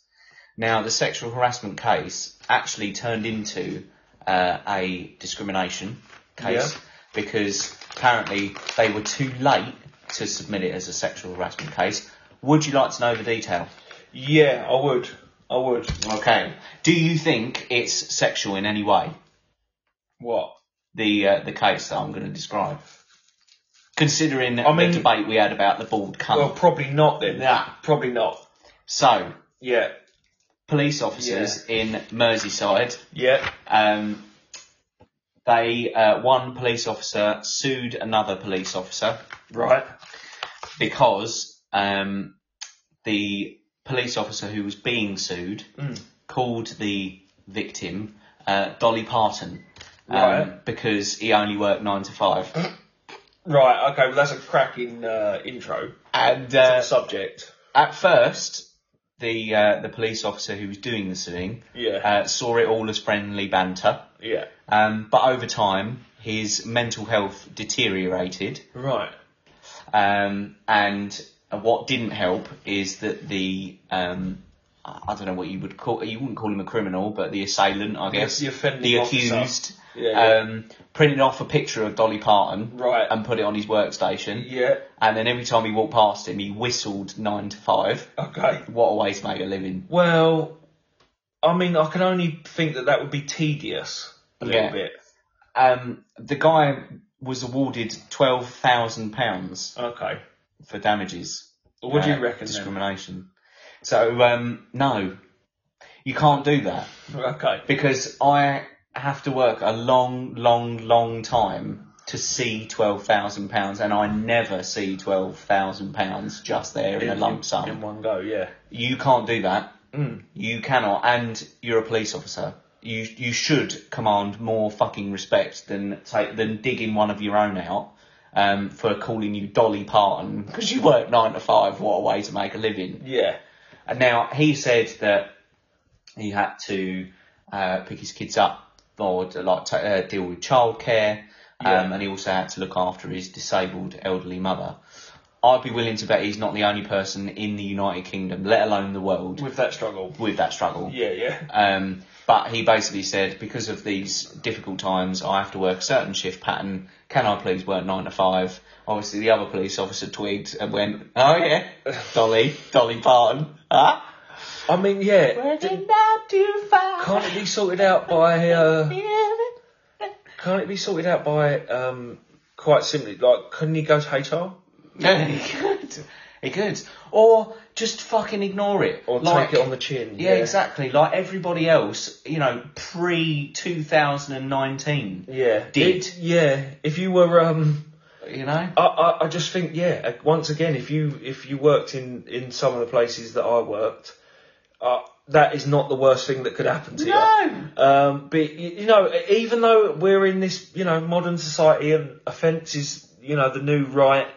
Speaker 4: Now, the sexual harassment case actually turned into uh, a discrimination case
Speaker 2: Yeah.
Speaker 4: because apparently they were too late to submit it as a sexual harassment case. Would you like to know the detail?
Speaker 2: Yeah, I would. I would.
Speaker 4: Okay. Do you think it's sexual in any way?
Speaker 2: What?
Speaker 4: the uh, the case that I'm going to describe. Considering
Speaker 2: I mean-
Speaker 4: the debate we had about the bald cunt.
Speaker 2: Well, probably not then.
Speaker 4: Nah.
Speaker 2: Probably not.
Speaker 4: so,
Speaker 2: Yeah.
Speaker 4: police officers in Merseyside.
Speaker 2: Yeah.
Speaker 4: Um, they uh, one police officer sued another police officer
Speaker 2: Right.
Speaker 4: because um, the police officer who was being sued
Speaker 2: Mm.
Speaker 4: called the victim uh, Dolly Parton um,
Speaker 2: Right.
Speaker 4: because he only worked nine to five.
Speaker 2: Right. Okay. Well, that's a cracking uh, intro.
Speaker 4: And
Speaker 2: to the
Speaker 4: uh,
Speaker 2: subject.
Speaker 4: at first, the uh, the police officer who was doing the suing
Speaker 2: Yeah.
Speaker 4: uh, saw it all as friendly banter.
Speaker 2: yeah.
Speaker 4: Um, but over time, his mental health deteriorated.
Speaker 2: Right.
Speaker 4: Um, and what didn't help is that the um, I I don't know what you would call you wouldn't call him a criminal, but the assailant, I guess,
Speaker 2: the offending
Speaker 4: the
Speaker 2: officer.
Speaker 4: accused,
Speaker 2: Yeah, yeah.
Speaker 4: um, printed off a picture of Dolly Parton
Speaker 2: Right.
Speaker 4: and put it on his workstation.
Speaker 2: yeah.
Speaker 4: And then every time he walked past him, he whistled nine to five.
Speaker 2: Okay.
Speaker 4: What a way to make a living!
Speaker 2: Well, I mean, I can only think that that would be tedious a little
Speaker 4: Yeah.
Speaker 2: bit.
Speaker 4: Um, the guy was awarded twelve thousand pounds
Speaker 2: Okay.
Speaker 4: for damages.
Speaker 2: What do
Speaker 4: uh,
Speaker 2: you reckon? Then?
Speaker 4: Discrimination. So um, no, you can't do that
Speaker 2: Okay.
Speaker 4: because I have to work a long, long, long time to see twelve thousand pounds, and I never see twelve thousand pounds just there in a lump
Speaker 2: In
Speaker 4: sum.
Speaker 2: one go. Yeah.
Speaker 4: You can't do that.
Speaker 2: Mm.
Speaker 4: You cannot, and you're a police officer. You you should command more fucking respect than take than digging one of your own out um, for calling you Dolly Parton because you work nine to five. What a way to make a living!
Speaker 2: Yeah.
Speaker 4: And now he said that he had to uh, pick his kids up or to, like t- uh, deal with childcare, um,
Speaker 2: Yeah.
Speaker 4: and he also had to look after his disabled elderly mother. I'd be willing to bet he's not the only person in the United Kingdom, let alone the world,
Speaker 2: With that struggle.
Speaker 4: with that struggle.
Speaker 2: Yeah. Yeah.
Speaker 4: Um, but he basically said, because of these difficult times, I have to work a certain shift pattern. Can I please work nine to five? Obviously, the other police officer twigged and went, "Oh yeah, Dolly, Dolly Parton." Huh?
Speaker 2: I mean, yeah.
Speaker 4: Working nine to five.
Speaker 2: Can't it be sorted out by? Uh,
Speaker 4: it.
Speaker 2: can't it be sorted out by? Um, quite simply, like, couldn't he go to HR?
Speaker 4: he could. He could. Or just fucking ignore it.
Speaker 2: Or
Speaker 4: Like-
Speaker 2: take it on the chin.
Speaker 4: Yeah, exactly. Like everybody else, you know, pre 2019.
Speaker 2: Yeah.
Speaker 4: Did.
Speaker 2: It- yeah. If you were um
Speaker 4: You know.
Speaker 2: I, I, I just think, yeah. like, Once again, if you if you worked in in some of the places that I worked, uh, that is not the worst thing that could happen to
Speaker 4: No.
Speaker 2: you. Um, but you, you know, even though we're in this, you know, modern society and offence is, you know, the new right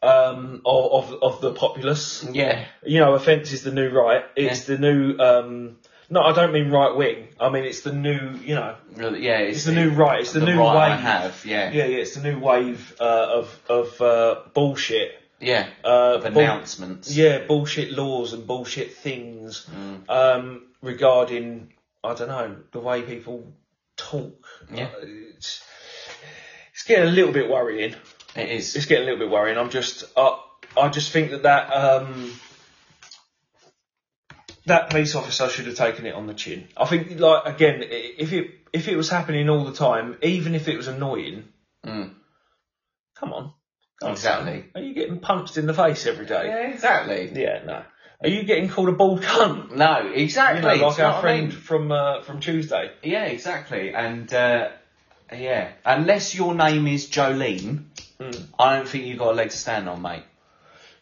Speaker 2: um, of, of of the populace.
Speaker 4: Yeah.
Speaker 2: You know, offence is the new right. It's the new. Um, no, I don't mean right wing. I mean it's the new. You know,
Speaker 4: Really, Yeah.
Speaker 2: it's the new right. It's the, new
Speaker 4: right I
Speaker 2: wave.
Speaker 4: have. Yeah.
Speaker 2: Yeah, yeah, it's the new wave uh, of of uh, bullshit.
Speaker 4: Yeah.
Speaker 2: Uh,
Speaker 4: Of
Speaker 2: bull-
Speaker 4: announcements.
Speaker 2: yeah, bullshit laws and bullshit things
Speaker 4: Mm.
Speaker 2: um, regarding I don't know the way people talk.
Speaker 4: Yeah.
Speaker 2: Uh, it's, it's getting a little bit worrying.
Speaker 4: It is.
Speaker 2: It's getting a little bit worrying. I'm just I I just think that that um, that police officer should have taken it on the chin. I think like again, i- if it if it was happening all the time, even if it was annoying,
Speaker 4: Mm.
Speaker 2: come on.
Speaker 4: Exactly.
Speaker 2: Are you getting punched in the face every day?
Speaker 4: Exactly.
Speaker 2: Yeah, no. Are you getting called a bald cunt?
Speaker 4: No,
Speaker 2: You
Speaker 4: exactly.
Speaker 2: know,
Speaker 4: Do
Speaker 2: like
Speaker 4: you know
Speaker 2: our
Speaker 4: what I
Speaker 2: friend
Speaker 4: mean?
Speaker 2: from uh, from Tuesday.
Speaker 4: Yeah, exactly. And uh, yeah, unless your name is Jolene, I don't think you've got a leg to stand on, mate.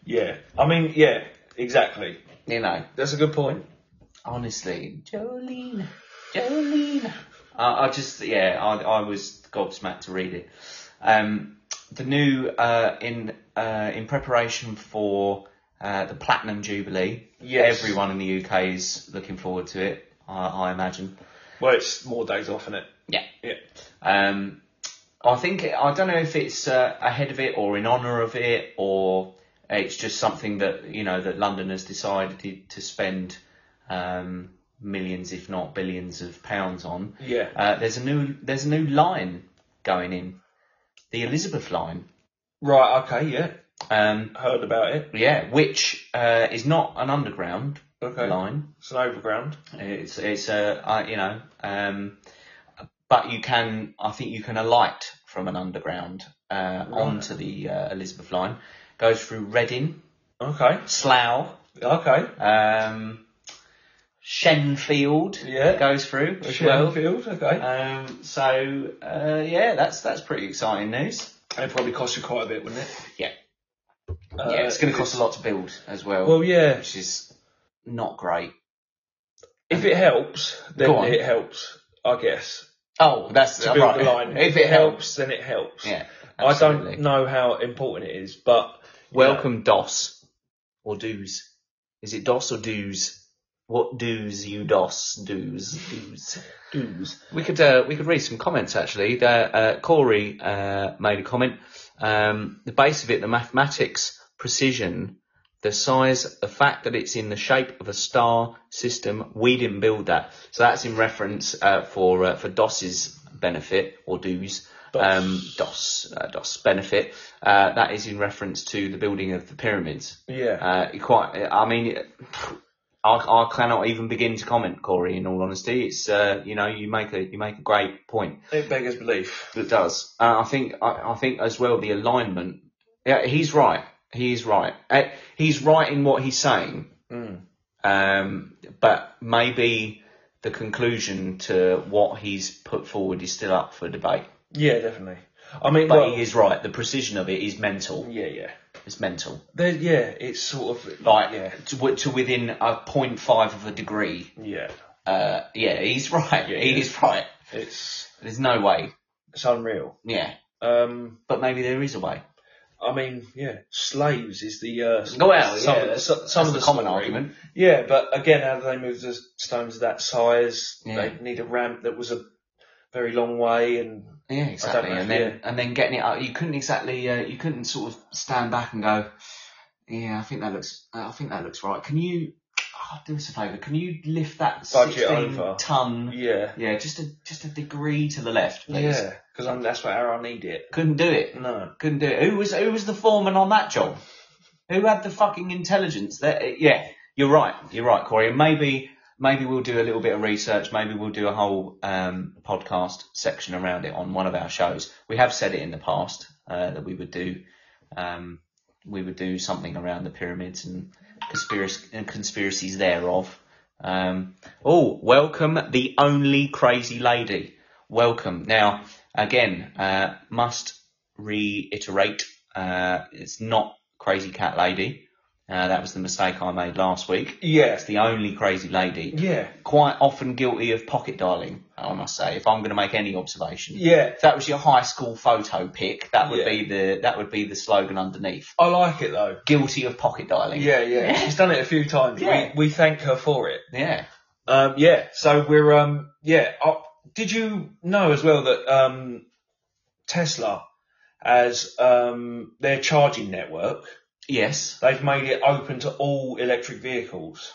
Speaker 2: Yeah. I mean, yeah, exactly.
Speaker 4: You know,
Speaker 2: That's a good point.
Speaker 4: honestly, Jolene, Jolene. I I just yeah, I I was gobsmacked to read it. Um, the new uh, in uh, in preparation for uh, the Platinum Jubilee.
Speaker 2: Yes.
Speaker 4: Everyone in the UK is looking forward to it. I, I imagine.
Speaker 2: Well, it's more days off, is it?
Speaker 4: Yeah.
Speaker 2: Yeah.
Speaker 4: Um, I think I don't know if it's uh, ahead of it or in honour of it, or it's just something that you know that London has decided to, to spend um, millions, if not billions, of pounds on.
Speaker 2: Yeah.
Speaker 4: Uh, there's a new there's a new line going in, the Elizabeth line.
Speaker 2: Right, okay, yeah.
Speaker 4: Um,
Speaker 2: Heard about it.
Speaker 4: yeah, which uh, is not an underground
Speaker 2: Okay.
Speaker 4: line.
Speaker 2: It's an overground.
Speaker 4: It's it's a I you know, um, but you can I think you can alight from an underground uh, onto the uh, Elizabeth line. Goes through Reading,
Speaker 2: Okay.
Speaker 4: Slough,
Speaker 2: Okay.
Speaker 4: um, Shenfield
Speaker 2: Yeah.
Speaker 4: goes through as well.
Speaker 2: Shenfield, okay.
Speaker 4: Um, so uh, yeah, that's that's pretty exciting news.
Speaker 2: It'd probably cost you quite a bit, wouldn't it?
Speaker 4: Yeah.
Speaker 2: Uh,
Speaker 4: yeah, it's going to cost a lot to build as well,
Speaker 2: Well, yeah.
Speaker 4: which is not great.
Speaker 2: If it helps, then
Speaker 4: Go on.
Speaker 2: it helps. I guess
Speaker 4: Oh, that's
Speaker 2: to build
Speaker 4: right.
Speaker 2: the line.
Speaker 4: If it helps,
Speaker 2: then it helps.
Speaker 4: yeah.
Speaker 2: I
Speaker 4: Absolutely.
Speaker 2: don't know how important it is, but
Speaker 4: Welcome DOS or DOS. Is it DOS or DOS? What DOS you DOS DOS DOS?
Speaker 2: dues.
Speaker 4: We could uh, we could read some comments actually. There, uh, Corey uh, made a comment. Um, the base of it, the mathematics, precision, the size, the fact that it's in the shape of a star system. We didn't build that, so that's in reference uh, for uh, for DOS's benefit or DOS. Um, DOS, uh, DOS benefit. Uh, that is in reference to the building of the pyramids.
Speaker 2: Yeah.
Speaker 4: Uh, it quite. I mean, I, I cannot even begin to comment, Corey. In all honesty, it's uh, you know you make a you make a great point.
Speaker 2: it beggars belief.
Speaker 4: It does. Uh, I think I, I think as well the alignment. Yeah, he's right. He's right. Uh, he's right in what he's saying.
Speaker 2: Hmm.
Speaker 4: Um, but maybe the conclusion to what he's put forward is still up for debate.
Speaker 2: Yeah, definitely. I mean,
Speaker 4: But
Speaker 2: well, Hmm.
Speaker 4: he is right. The precision of it is mental.
Speaker 2: yeah, yeah.
Speaker 4: It's mental.
Speaker 2: There, yeah, it's sort of
Speaker 4: Like
Speaker 2: yeah,
Speaker 4: to, to within a 0.5 of a degree.
Speaker 2: yeah.
Speaker 4: uh, yeah, he's right.
Speaker 2: Yeah,
Speaker 4: he
Speaker 2: yeah.
Speaker 4: is right.
Speaker 2: It's
Speaker 4: There's no way.
Speaker 2: it's unreal.
Speaker 4: Yeah,
Speaker 2: Um,
Speaker 4: but maybe there is a way.
Speaker 2: I mean, yeah, slaves is the uh,
Speaker 4: Well, yeah,
Speaker 2: some,
Speaker 4: that's-
Speaker 2: some,
Speaker 4: That's
Speaker 2: of
Speaker 4: the
Speaker 2: the
Speaker 4: common
Speaker 2: story.
Speaker 4: argument.
Speaker 2: Yeah, but again, how do they move the stones that size?
Speaker 4: Yeah.
Speaker 2: They need a ramp that was a very long way, and
Speaker 4: Yeah, exactly.
Speaker 2: know,
Speaker 4: and then and then getting it up, you couldn't exactly, uh, you couldn't sort of stand back and go, yeah, I think that looks, uh, I think that looks right. Can you oh, do us a favour? Can you lift that
Speaker 2: Budge it
Speaker 4: sixteen
Speaker 2: over.
Speaker 4: ton?
Speaker 2: yeah,
Speaker 4: Yeah, just a just a degree to the left, please.
Speaker 2: yeah, because that's where I need it.
Speaker 4: Couldn't do it.
Speaker 2: No,
Speaker 4: Couldn't do it. Who was who was the foreman on that job? Who had the fucking intelligence? That yeah, you're right. You're right, Corey. And maybe maybe we'll do a little bit of research. Maybe we'll do a whole um, podcast section around it on one of our shows. We have said it in the past uh, that we would do um, we would do something around the pyramids and conspiracy and conspiracies thereof. Um, oh, welcome the only crazy lady. Welcome. Now, again, uh, must reiterate, uh, it's not Crazy Cat Lady. Uh, that was the mistake I made last week.
Speaker 2: yeah,
Speaker 4: It's the only crazy lady.
Speaker 2: yeah,
Speaker 4: Quite often guilty of pocket dialing, I must say, if I'm going to make any observation.
Speaker 2: yeah.
Speaker 4: If that was your high school photo pic, that would
Speaker 2: Yeah.
Speaker 4: be the that would be the slogan underneath.
Speaker 2: I like it though.
Speaker 4: Guilty of pocket dialing.
Speaker 2: Yeah, yeah. She's done it a few times.
Speaker 4: Yeah.
Speaker 2: We, we thank her for it.
Speaker 4: Yeah.
Speaker 2: Um, yeah. So we're um, yeah. Uh, did you know as well that um, Tesla has um, their charging network?
Speaker 4: Yes.
Speaker 2: They've made it open to all electric vehicles,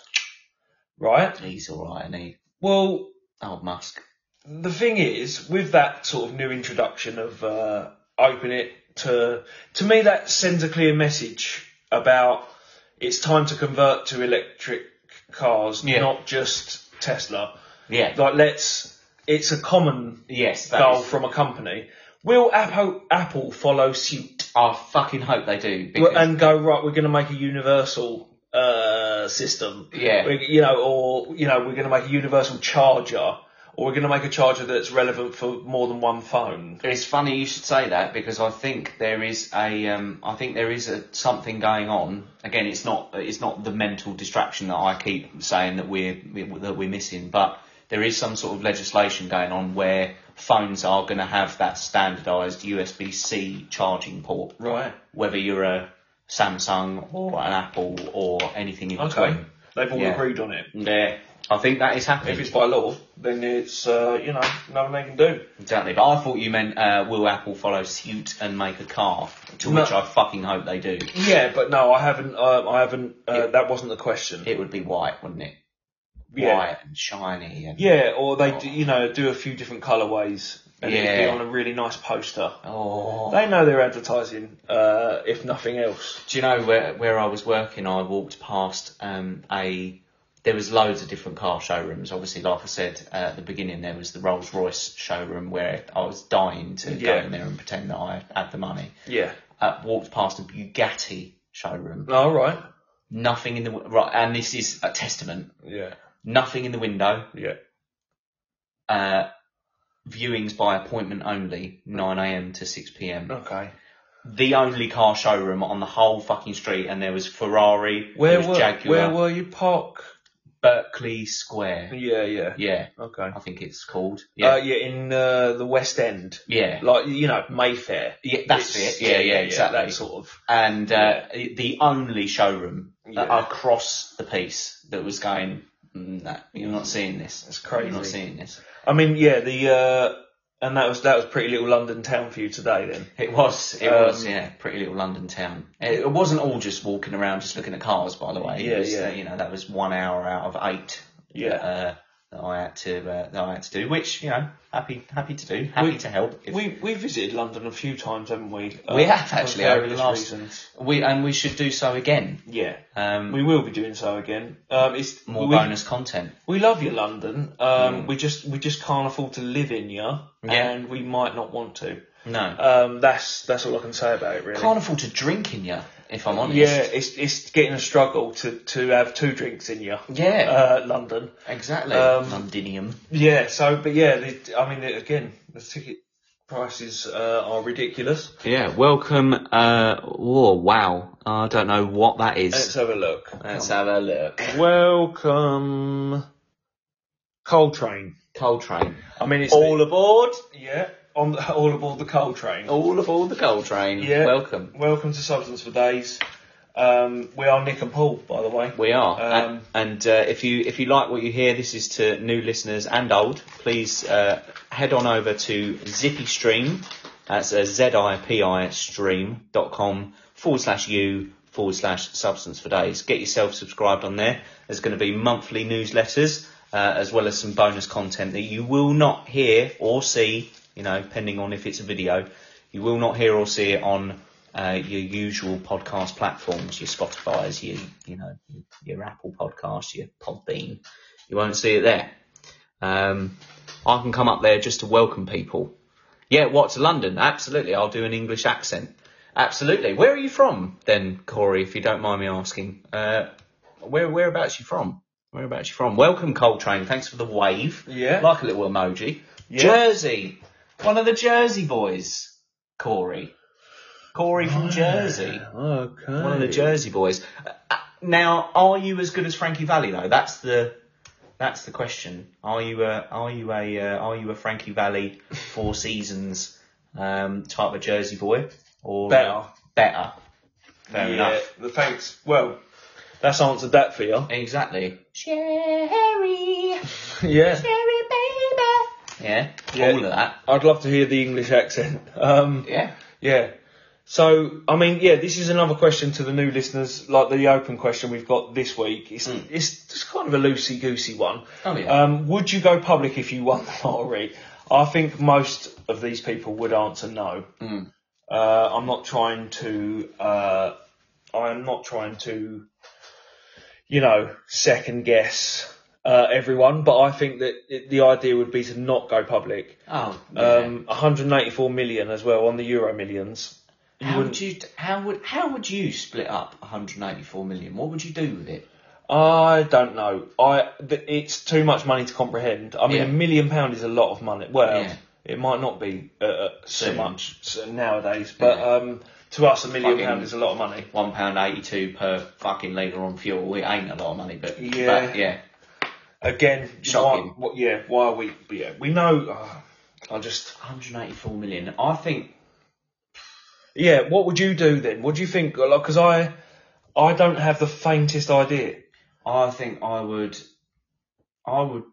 Speaker 2: right?
Speaker 4: He's all right, and he
Speaker 2: Well,
Speaker 4: old Musk.
Speaker 2: the thing is, with that sort of new introduction of uh, open it to, to me, that sends a clear message about it's time to convert to electric cars,
Speaker 4: Yeah.
Speaker 2: not just Tesla.
Speaker 4: Yeah.
Speaker 2: Like, let's. It's a common
Speaker 4: Yes. that
Speaker 2: goal
Speaker 4: is-
Speaker 2: from a company. Will Apple Apple follow suit
Speaker 4: I fucking hope they do. Because,
Speaker 2: and go right? We're going to make a universal uh, system.
Speaker 4: yeah.
Speaker 2: We- you know, or you know, we're going to make a universal charger, or we're going to make a charger that's relevant for more than one phone.
Speaker 4: It's funny you should say that because I think there is a, um, I think there is a something going on. Again, it's not, it's not the mental distraction that I keep saying that we're that we're missing, but there is some sort of legislation going on where phones are going to have that standardised USB-C charging port,
Speaker 2: Right.
Speaker 4: whether you're a Samsung or an Apple or anything in
Speaker 2: Okay.
Speaker 4: between.
Speaker 2: They've all
Speaker 4: Yeah.
Speaker 2: agreed on it.
Speaker 4: Yeah, I think that is happening.
Speaker 2: If it's by law, then it's uh, you know nothing they can do.
Speaker 4: Exactly, but I thought you meant uh, will Apple follow suit and make a car, to
Speaker 2: No.
Speaker 4: which I fucking hope they do.
Speaker 2: Yeah, but no, I haven't. Uh, I haven't. Uh, That wasn't the question.
Speaker 4: It would be white, wouldn't it?
Speaker 2: yeah.
Speaker 4: White and shiny and
Speaker 2: Yeah, or they do, you know do a few different colorways and it'd be
Speaker 4: Yeah.
Speaker 2: on a really nice poster.
Speaker 4: oh.
Speaker 2: They know they're advertising, uh, if nothing else.
Speaker 4: Do you know where where I was working? I walked past um, a. There was loads of different car showrooms. Obviously, like I said uh, at the beginning, there was the Rolls Royce showroom where I was dying to
Speaker 2: Yeah.
Speaker 4: go in there and pretend that I had the money.
Speaker 2: Yeah.
Speaker 4: Uh, walked past a Bugatti showroom.
Speaker 2: All right.
Speaker 4: Nothing in the right, and this is a testament
Speaker 2: Yeah.
Speaker 4: nothing in the window,
Speaker 2: Yeah.
Speaker 4: uh, viewings by appointment only, 9am to 6pm.
Speaker 2: Okay.
Speaker 4: The only car showroom on the whole fucking street, and there was Ferrari,
Speaker 2: Where
Speaker 4: there
Speaker 2: were
Speaker 4: was Jaguar,
Speaker 2: where were you park?
Speaker 4: Berkeley Square.
Speaker 2: Yeah, yeah.
Speaker 4: Yeah,
Speaker 2: Okay.
Speaker 4: I think it's called.
Speaker 2: Yeah,
Speaker 4: Yeah,
Speaker 2: uh, yeah in uh, the West End,
Speaker 4: yeah.
Speaker 2: like you know Mayfair.
Speaker 4: Yeah, that's
Speaker 2: It's-
Speaker 4: it. Yeah, yeah, exactly.
Speaker 2: That sort of.
Speaker 4: and uh, the only showroom
Speaker 2: Yeah.
Speaker 4: across the piece that was going, no, you're not seeing this.
Speaker 2: That's
Speaker 4: You're not
Speaker 2: crazy.
Speaker 4: seeing this.
Speaker 2: I mean, yeah, the uh, and that was that was pretty little London town for you today then.
Speaker 4: It was, it
Speaker 2: Um,
Speaker 4: was, yeah, pretty little London town. It, it wasn't all just walking around, just looking at cars, by the way. It
Speaker 2: Yeah,
Speaker 4: was,
Speaker 2: yeah.
Speaker 4: uh, you know, that was one hour out of eight
Speaker 2: Yeah.
Speaker 4: uh, that I had to uh, that I had to do, which you know, happy happy to do, happy
Speaker 2: We-
Speaker 4: to help. If we,
Speaker 2: We we visited London a few times, haven't we? Uh,
Speaker 4: We have, actually,
Speaker 2: for
Speaker 4: over the
Speaker 2: various
Speaker 4: last-
Speaker 2: reasons.
Speaker 4: and we should do so again.
Speaker 2: Yeah,
Speaker 4: Um,
Speaker 2: we will be doing so again. Um, it's
Speaker 4: more
Speaker 2: we,
Speaker 4: bonus content.
Speaker 2: we love you, London. Um, we just we just can't afford to live in you,
Speaker 4: Yeah.
Speaker 2: and we might not want to.
Speaker 4: No,
Speaker 2: Um, that's that's all I can say about it, really.
Speaker 4: can't afford Uh, to drink in ya, if I'm honest.
Speaker 2: yeah, it's it's getting a struggle to to have two drinks in you.
Speaker 4: yeah,
Speaker 2: Uh, London.
Speaker 4: exactly.
Speaker 2: um,
Speaker 4: Londinium.
Speaker 2: Yeah. So, but yeah, the, I mean, again, the ticket prices uh, are ridiculous.
Speaker 4: Yeah, welcome. Uh, whoa, wow. I don't know what that
Speaker 2: Let's
Speaker 4: is.
Speaker 2: have a look.
Speaker 4: Let's have a look.
Speaker 2: Welcome, coal train.
Speaker 4: Coal train.
Speaker 2: I mean, it's
Speaker 4: All aboard.
Speaker 2: yeah, on the, all aboard the coal train.
Speaker 4: All aboard the coal train.
Speaker 2: Yeah.
Speaker 4: Welcome.
Speaker 2: Welcome to Substance for Days. Um, we are Nick and Paul, by the way.
Speaker 4: We are.
Speaker 2: Um,
Speaker 4: and and uh, if you if you like what you hear, this is to new listeners and old. Please uh, head on over to Zippy Stream. That's a Z I P I stream dot com forward slash u forward slash substance for days. Get yourself subscribed on there. There's going to be monthly newsletters uh, as well as some bonus content that you will not hear or see. You know, depending on if it's a video, you will not hear or see it on uh, your usual podcast platforms, your Spotify's, your you know your Apple Podcasts, your Podbean. You won't see it there. Um, I can come up there just to welcome people. Yeah, what to London? Absolutely, I'll do an English accent. Absolutely. Where are you from then, Corey? If you don't mind me asking, uh, where whereabouts you from? Whereabouts you from? Welcome, Coltrane. Thanks for the wave.
Speaker 2: Yeah.
Speaker 4: like a little emoji. Jersey, one of the Jersey boys, Corey. Corey from Jersey.
Speaker 2: Okay.
Speaker 4: One of the Jersey boys. Uh, uh, Now, are you as good as Frankie Valley though? That's the that's the question. Are you a are you a uh, are you a Frankie Valley Four Seasons um, type of Jersey boy or
Speaker 2: Better.
Speaker 4: Better. Fair
Speaker 2: yeah.
Speaker 4: enough.
Speaker 2: The thanks. Well, that's answered that for you.
Speaker 4: Exactly. Sherry,
Speaker 2: yeah.
Speaker 4: Sherry baby. Yeah,
Speaker 2: Yeah.
Speaker 4: all of that.
Speaker 2: I'd love to hear the English accent. Um,
Speaker 4: Yeah.
Speaker 2: yeah. So, I mean, yeah, this is another question to the new listeners, like the open question we've got this week. It's, it's, it's kind of a loosey goosey one.
Speaker 4: Hmm. Oh yeah.
Speaker 2: Um, would you go public if you won the lottery? I think most of these people would answer no.
Speaker 4: Hmm.
Speaker 2: Uh, I'm not trying to. Uh, I'm not trying to. You know, second guess uh, everyone, but I think that it, the idea would be to not go public.
Speaker 4: oh. yeah.
Speaker 2: Um, 184 million as well on the Euro Millions. You
Speaker 4: How
Speaker 2: wouldn't-
Speaker 4: would you how would how would you split up 184 million? What would you do with it?
Speaker 2: I don't know. I th- it's too much money to comprehend. I mean,
Speaker 4: Yeah.
Speaker 2: a million pound is a lot of money. Well,
Speaker 4: Yeah.
Speaker 2: it might not be uh, uh, so
Speaker 4: Soon.
Speaker 2: much so nowadays, but um, to us, a million
Speaker 4: Fucking-
Speaker 2: pound is a lot of money.
Speaker 4: One pound eighty two per fucking litre on fuel. It ain't a lot of money, but
Speaker 2: Yeah.
Speaker 4: but, yeah.
Speaker 2: Again,
Speaker 4: Shocking.
Speaker 2: Why, what, yeah, why are we? Yeah, we know. Uh, I just
Speaker 4: 184 million. I think
Speaker 2: yeah. What would you do then? What do you think? Because I I don't have the faintest idea.
Speaker 4: I think I would I would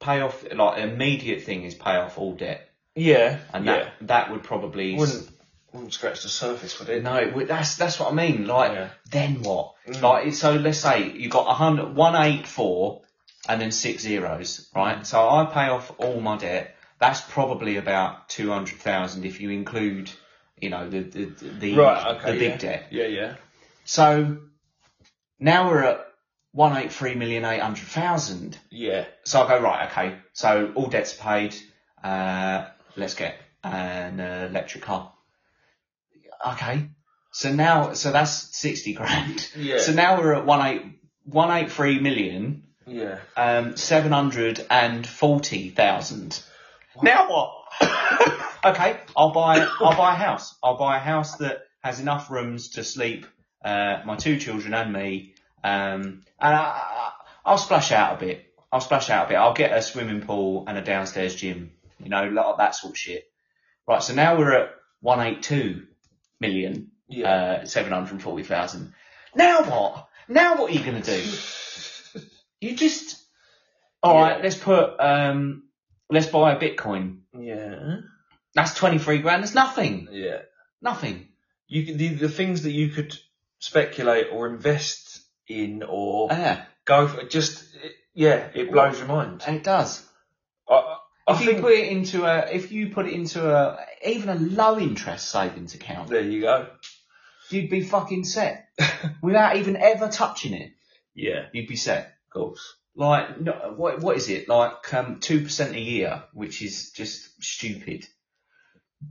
Speaker 4: pay off like immediate thing is pay off all debt,
Speaker 2: Yeah,
Speaker 4: and
Speaker 2: yeah.
Speaker 4: that that would probably s-
Speaker 2: Wouldn't wouldn't scratch the surface, would it?
Speaker 4: No, it would- that's that's what I mean. Like,
Speaker 2: Yeah. Mm.
Speaker 4: then what? Like, it's- so let's say you got a hundred, one eight four, and then six zeros,
Speaker 2: Mm.
Speaker 4: right? So I pay off all my debt. That's probably about two hundred thousand if you include, you know, the the the,
Speaker 2: Right. Okay.
Speaker 4: the big
Speaker 2: yeah.
Speaker 4: debt.
Speaker 2: Yeah, yeah.
Speaker 4: So now we're at one eight three million eight hundred thousand.
Speaker 2: Yeah.
Speaker 4: So I go right, okay. So all debts are paid. Uh, let's get an uh, electric car. Okay. So now, so that's sixty grand.
Speaker 2: Yeah.
Speaker 4: So now we're at one eight one eight three million
Speaker 2: Yeah.
Speaker 4: um, 740,000. Now what? okay, I'll buy, I'll buy a house. I'll buy a house that has enough rooms to sleep, uh, my two children and me. Um, and I, I'll splash out a bit. I'll splash out a bit. I'll get a swimming pool and a downstairs gym. You know, like that sort of shit. Right, so now we're at 182 million,
Speaker 2: Yeah.
Speaker 4: uh, 740,000. Now what? Now what are you going to do? You just all
Speaker 2: Yeah.
Speaker 4: right, Let's put um, let's buy a Bitcoin.
Speaker 2: yeah.
Speaker 4: That's twenty three grand. That's nothing.
Speaker 2: Yeah.
Speaker 4: Nothing.
Speaker 2: You can, the, the things that you could speculate or invest in or
Speaker 4: Yeah,
Speaker 2: go for just yeah, it blows your mind.
Speaker 4: and it does. uh,
Speaker 2: I, I
Speaker 4: If you
Speaker 2: think
Speaker 4: put it into a, if you put it into a, even a low interest savings account,
Speaker 2: there you go.
Speaker 4: you'd be fucking set. Without even ever touching it,
Speaker 2: Yeah,
Speaker 4: you'd be set.
Speaker 2: of course.
Speaker 4: Like, no, what what is it? Like, um, two percent a year, which is just stupid.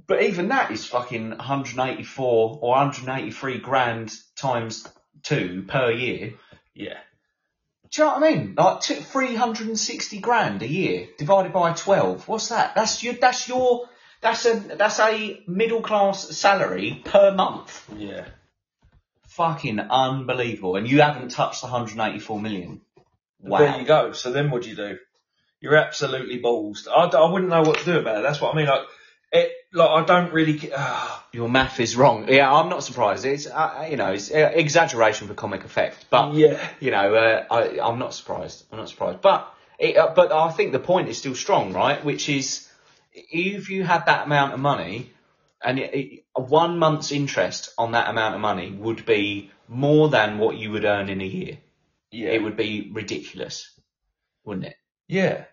Speaker 4: But even that is fucking 184 or 183 grand times two per year.
Speaker 2: Yeah,
Speaker 4: Do you know what I mean? Like t- 360 grand a year divided by 12. What's that? That's your, that's your, that's a, that's a middle class salary per month.
Speaker 2: yeah,
Speaker 4: Fucking unbelievable. And you haven't touched the 184 million. Wow.
Speaker 2: There you go. So then, what do you do? You're absolutely balls. I, d- I wouldn't know what to do about it. That's what I mean. Like it. Like I don't really. ge- ah,
Speaker 4: Your math is wrong. Yeah, I'm not surprised. It's, uh, you know, it's uh, exaggeration for comic effect, but
Speaker 2: yeah.
Speaker 4: you know, uh, I, I'm not surprised. I'm not surprised. But it, uh, but I think the point is still strong, right? Which is, if you had that amount of money, and it, it, one month's interest on that amount of money would be more than what you would earn in a year.
Speaker 2: Yeah.
Speaker 4: It would be ridiculous, wouldn't it?
Speaker 2: yeah.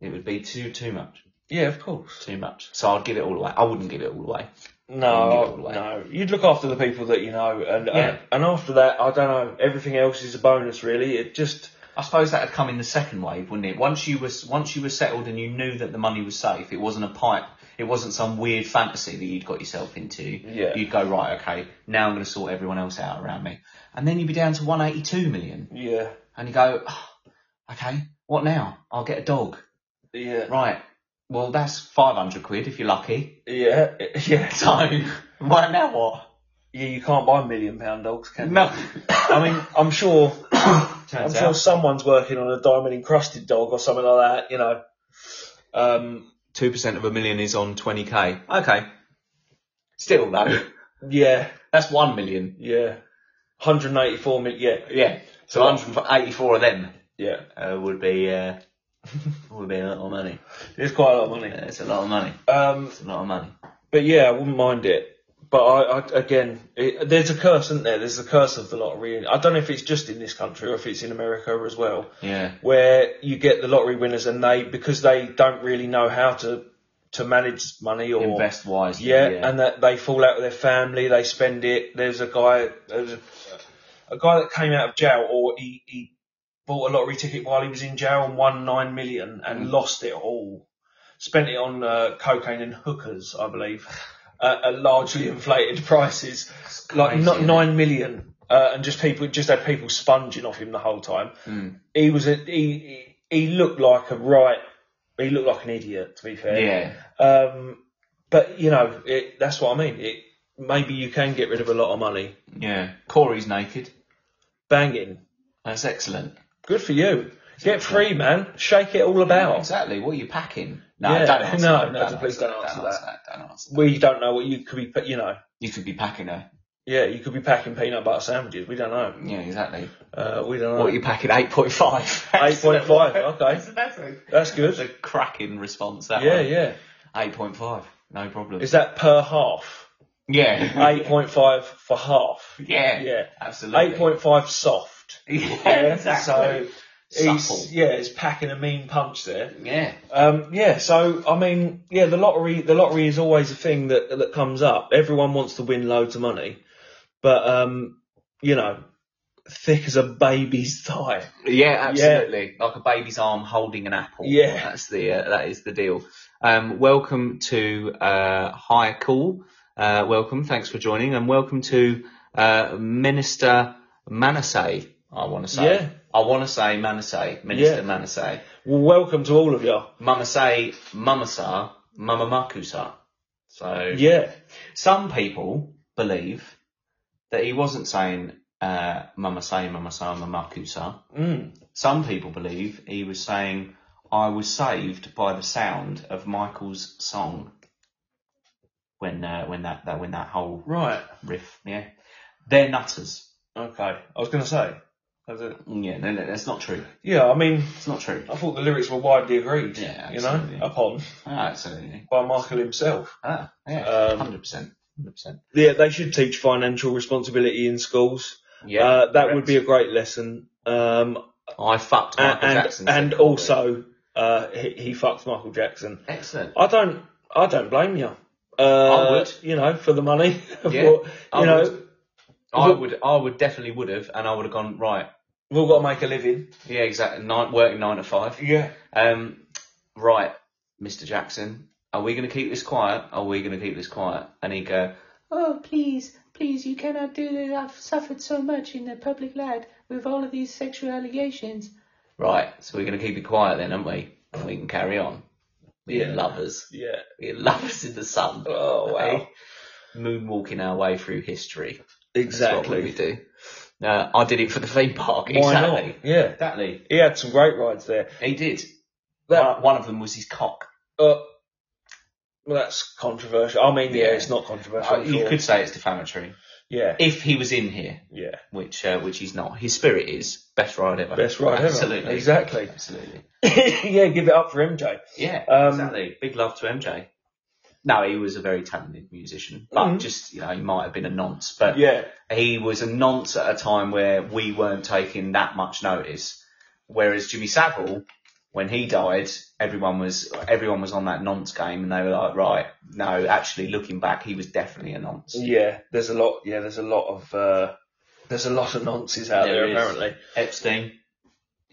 Speaker 4: It would be too too much,
Speaker 2: Yeah. Of course.
Speaker 4: too much. So I'd give it all away. I wouldn't give it all away.
Speaker 2: No,
Speaker 4: Give it away.
Speaker 2: no. You'd look after the people that you know, and
Speaker 4: Yeah.
Speaker 2: and after that, I don't know. Everything else is a bonus, really. It just.
Speaker 4: I suppose that had come in the second wave, wouldn't it? Once you was once you were settled and you knew that the money was safe, it wasn't a pipe, it wasn't some weird fantasy that you'd got yourself into.
Speaker 2: Yeah.
Speaker 4: You'd go right, okay, now I'm going to sort everyone else out around me, and then you'd be down to 182 million,
Speaker 2: Yeah.
Speaker 4: and you go, "Oh, okay, what now? I'll get a dog.
Speaker 2: Yeah.
Speaker 4: Right. Well, that's 500 quid if you're lucky.
Speaker 2: Yeah. Yeah.
Speaker 4: So right now what?
Speaker 2: Yeah. You can't buy million pound dogs, can you?
Speaker 4: No.
Speaker 2: I mean, I'm sure.
Speaker 4: Turns
Speaker 2: I'm sure
Speaker 4: out
Speaker 2: someone's working on a diamond encrusted dog or something like that, you know. Um,
Speaker 4: two percent of a million is on 20k. Okay. Still though,
Speaker 2: yeah,
Speaker 4: that's one million.
Speaker 2: yeah. 184 million, yeah,
Speaker 4: Yeah. So 184 of them
Speaker 2: yeah.
Speaker 4: uh, would be uh, would be a lot of money.
Speaker 2: It's quite a lot of money.
Speaker 4: It's a lot of money.
Speaker 2: Um,
Speaker 4: It's a lot of money.
Speaker 2: but yeah, I wouldn't mind it. But I, I again, it, there's a curse, isn't there? There's a curse of the lottery. I don't know if it's just in this country or if it's in America as well,
Speaker 4: Yeah.
Speaker 2: where you get the lottery winners and they, because they don't really know how to, to manage money or
Speaker 4: Invest wisely.
Speaker 2: Yeah, and that they fall out with their family, they spend it. There's a guy, there's a, a guy that came out of jail, or he, he bought a lottery ticket while he was in jail and won nine million and
Speaker 4: Mm.
Speaker 2: lost it all. Spent it on uh, cocaine and hookers, I believe, uh, at largely inflated prices, like
Speaker 4: crazy,
Speaker 2: not
Speaker 4: isn't it?
Speaker 2: nine million, uh, and just people just had people sponging off him the whole time.
Speaker 4: Mm.
Speaker 2: He was a he, he he looked like a right. He looked like an idiot, to be fair.
Speaker 4: yeah.
Speaker 2: Um, but you know, it, that's what I mean. It, maybe you can get rid of a lot of money.
Speaker 4: Yeah. Corey's naked.
Speaker 2: Banging,
Speaker 4: That's excellent.
Speaker 2: good for you. Get free, man. Shake it all about.
Speaker 4: Exactly. What are you packing? No,
Speaker 2: Yeah.
Speaker 4: don't answer.
Speaker 2: No,
Speaker 4: that.
Speaker 2: no, please don't answer
Speaker 4: Don't answer that.
Speaker 2: We don't know what you could be, pa- you know.
Speaker 4: You could be packing her.
Speaker 2: Yeah, you could be packing peanut butter sandwiches. We don't know.
Speaker 4: Yeah, exactly.
Speaker 2: Uh, we don't know.
Speaker 4: What are you packing? 8.5.
Speaker 2: 8.5, okay.
Speaker 4: That's a,
Speaker 2: That's
Speaker 4: that's a
Speaker 2: good.
Speaker 4: cracking response, that
Speaker 2: Yeah,
Speaker 4: one.
Speaker 2: yeah.
Speaker 4: 8.5. No problem.
Speaker 2: Is that per half?
Speaker 4: yeah.
Speaker 2: Eight point five for half.
Speaker 4: Yeah.
Speaker 2: Yeah.
Speaker 4: Absolutely.
Speaker 2: Eight point five soft.
Speaker 4: Yeah,
Speaker 2: So.
Speaker 4: Supple.
Speaker 2: He's, yeah, he's packing a mean punch there.
Speaker 4: yeah.
Speaker 2: Um, yeah, so I mean, yeah, the lottery, the lottery is always a thing that that comes up. Everyone wants to win loads of money, but um, you know, thick as a baby's thigh.
Speaker 4: Yeah, absolutely. Like a baby's arm holding an apple.
Speaker 2: Yeah.
Speaker 4: that's the uh, that is the deal. Um, welcome to uh, High Call. Uh, welcome, thanks for joining, and welcome to uh, Minister Manasseh. I want to say,
Speaker 2: Yeah.
Speaker 4: I want to say Manasseh, Minister
Speaker 2: Yeah.
Speaker 4: Manasseh,
Speaker 2: Well, welcome to all of you.
Speaker 4: Mamasseh, Mamasar, Mamamakusar. So
Speaker 2: Yeah.
Speaker 4: some people believe that he wasn't saying uh, Mamasay, Mamasar, Mamakusar.
Speaker 2: Mm.
Speaker 4: Some people believe he was saying, I was saved by the sound of Michael's song. When uh, when that, that when that whole
Speaker 2: Right.
Speaker 4: riff, yeah, they're nutters.
Speaker 2: Okay. I was going to say. That's it.
Speaker 4: Yeah, no, no, that's not true.
Speaker 2: Yeah, I mean,
Speaker 4: It's not true.
Speaker 2: I thought the lyrics were widely agreed.
Speaker 4: Yeah,
Speaker 2: you know,
Speaker 4: absolutely.
Speaker 2: upon
Speaker 4: Ah, absolutely.
Speaker 2: by Michael himself.
Speaker 4: Ah, yeah,
Speaker 2: Um,
Speaker 4: hundred percent, hundred percent.
Speaker 2: Yeah, they should teach financial responsibility in schools.
Speaker 4: Yeah,
Speaker 2: uh, that would
Speaker 4: correct.
Speaker 2: be a great lesson. Um,
Speaker 4: I fucked
Speaker 2: and
Speaker 4: Michael
Speaker 2: and,
Speaker 4: Jackson. said
Speaker 2: and
Speaker 4: Colby.
Speaker 2: also, uh, he, he fucked Michael Jackson.
Speaker 4: excellent.
Speaker 2: I don't, I don't blame you. Uh,
Speaker 4: I would.
Speaker 2: you know, for the money.
Speaker 4: Yeah,
Speaker 2: For-
Speaker 4: I
Speaker 2: you know,
Speaker 4: would. I would, I would definitely would have, and I would have gone right.
Speaker 2: we've all got to make a living.
Speaker 4: Yeah, exactly. Nine, working nine to five.
Speaker 2: Yeah.
Speaker 4: Um, right, Mr. Jackson, are we going to keep this quiet? Are we going to keep this quiet? And he'd go, Oh, please, please, you cannot do this. I've suffered so much in the public light with all of these sexual allegations. Right, so we're going to keep it quiet then, aren't we? And we can carry on. We're
Speaker 2: Yeah.
Speaker 4: lovers.
Speaker 2: Yeah.
Speaker 4: We're lovers in the sun.
Speaker 2: Oh wow.
Speaker 4: eh? Moonwalking our way through history. That's what we
Speaker 2: Exactly.
Speaker 4: do. Uh, I did it for the theme park.
Speaker 2: Why not?
Speaker 4: exactly.
Speaker 2: Yeah.
Speaker 4: Exactly.
Speaker 2: He had some great rides there.
Speaker 4: He did.
Speaker 2: That,
Speaker 4: One- one of them was his cock.
Speaker 2: uh, well, that's controversial. I mean, yeah,
Speaker 4: Yeah.
Speaker 2: it's not controversial.
Speaker 4: Uh,
Speaker 2: I'm
Speaker 4: you
Speaker 2: sure.
Speaker 4: could say it's defamatory
Speaker 2: Yeah.
Speaker 4: if he was in here,
Speaker 2: Yeah.
Speaker 4: which uh, which he's not. His spirit is best ride ever.
Speaker 2: Best ride ever.
Speaker 4: Absolutely.
Speaker 2: Exactly.
Speaker 4: Absolutely.
Speaker 2: yeah. Give it up for MJ.
Speaker 4: Yeah.
Speaker 2: Um,
Speaker 4: exactly. Big love to MJ. No, he was a very talented musician, but
Speaker 2: Mhm.
Speaker 4: just you know he might have been a nonce, but
Speaker 2: Yeah.
Speaker 4: he was a nonce at a time where we weren't taking that much notice. Whereas Jimmy Savile, when he died, everyone was everyone was on that nonce game, and they were like, right, no, actually looking back, he was definitely a nonce.
Speaker 2: Yeah, there's a lot. Yeah, there's a lot of uh, there's a lot of nonsense out there,
Speaker 4: There is.
Speaker 2: apparently.
Speaker 4: Epstein.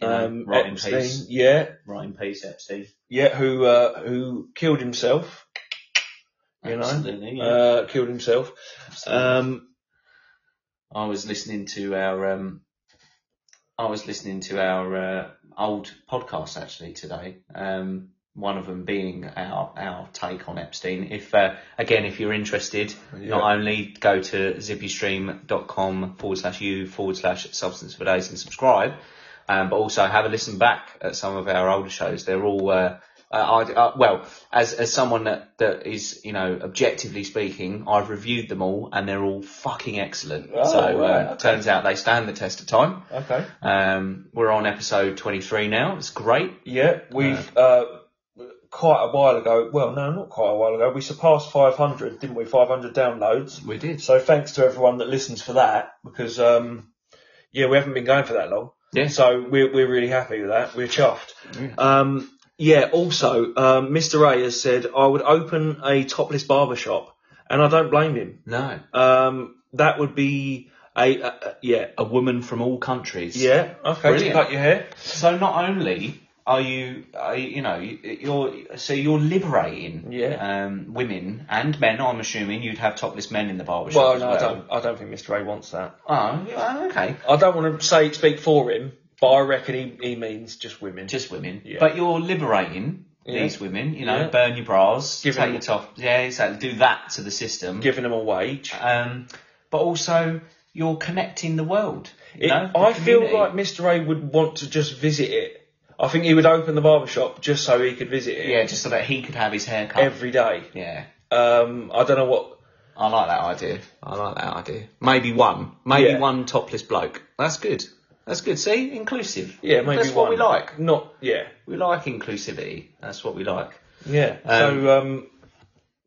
Speaker 4: You know,
Speaker 2: Um,
Speaker 4: right in
Speaker 2: Epstein,
Speaker 4: peace.
Speaker 2: yeah,
Speaker 4: Right in peace, Epstein.
Speaker 2: yeah, who uh, who killed himself? You know,
Speaker 4: Absolutely. yeah.
Speaker 2: uh, killed himself.
Speaker 4: Absolutely.
Speaker 2: Um,
Speaker 4: I was listening to our um, I was listening to our uh, old podcast actually today. Um, one of them being our our take on Epstein. If uh, again, if you're interested,
Speaker 2: yeah.
Speaker 4: not only go to zippystream.com forward slash you forward slash substance for days and subscribe, um, but also have a listen back at some of our older shows. They're all, uh, uh, I, uh, well, as, as someone that, that is, you know, objectively speaking, I've reviewed them all and they're all fucking excellent.
Speaker 2: Oh,
Speaker 4: so,
Speaker 2: right,
Speaker 4: uh,
Speaker 2: okay. Oh,
Speaker 4: turns out they stand the test of time.
Speaker 2: Okay.
Speaker 4: Um, we're on episode 23 now. It's great.
Speaker 2: Yeah, we've uh, quite a while ago. Well, no, not quite a while ago. We surpassed 500, didn't we? 500 downloads.
Speaker 4: We did.
Speaker 2: So thanks to everyone that listens for that, because um, yeah, we haven't been going for that long.
Speaker 4: Yeah.
Speaker 2: So we're we're really happy with that. We're chuffed. Um, yeah. Also, um, Mr. A has said I would open a topless barber shop, and I don't blame him.
Speaker 4: No.
Speaker 2: Um, that would be a, a, a yeah
Speaker 4: A woman from all countries.
Speaker 2: yeah okay.
Speaker 4: Brilliant.
Speaker 2: Cut your hair.
Speaker 4: So not only are you, are you, you know, you- you're so you're liberating
Speaker 2: Yeah.
Speaker 4: um, women and men. I'm assuming you'd have topless men in the barber shop.
Speaker 2: Well,
Speaker 4: as
Speaker 2: no,
Speaker 4: well.
Speaker 2: I don't. I don't think Mr. A wants that.
Speaker 4: Oh, yeah, okay,
Speaker 2: I don't want to say speak for him, but I reckon he, he means just women.
Speaker 4: just women,
Speaker 2: Yeah.
Speaker 4: but you're liberating
Speaker 2: Yeah.
Speaker 4: these women. You know,
Speaker 2: Yeah.
Speaker 4: burn your bras,
Speaker 2: Give
Speaker 4: take
Speaker 2: them-
Speaker 4: your top, yeah, exactly. Do that to the system.
Speaker 2: giving them a wage.
Speaker 4: Um, but also you're connecting the world. You
Speaker 2: It-
Speaker 4: know, the
Speaker 2: I feel
Speaker 4: community.
Speaker 2: like Mr. A would want to just visit it. I think he would open the barber shop just so he could visit it
Speaker 4: yeah, just so that he could have his hair cut.
Speaker 2: every day.
Speaker 4: yeah.
Speaker 2: Um, I don't know what.
Speaker 4: I like that idea. I like that idea. Maybe one. Maybe
Speaker 2: Yeah.
Speaker 4: one topless bloke. That's good. That's good. See, inclusive.
Speaker 2: Yeah, maybe
Speaker 4: That's what we
Speaker 2: one.
Speaker 4: like.
Speaker 2: Not yeah,
Speaker 4: We like inclusivity. That's what we like.
Speaker 2: yeah.
Speaker 4: Um,
Speaker 2: so um,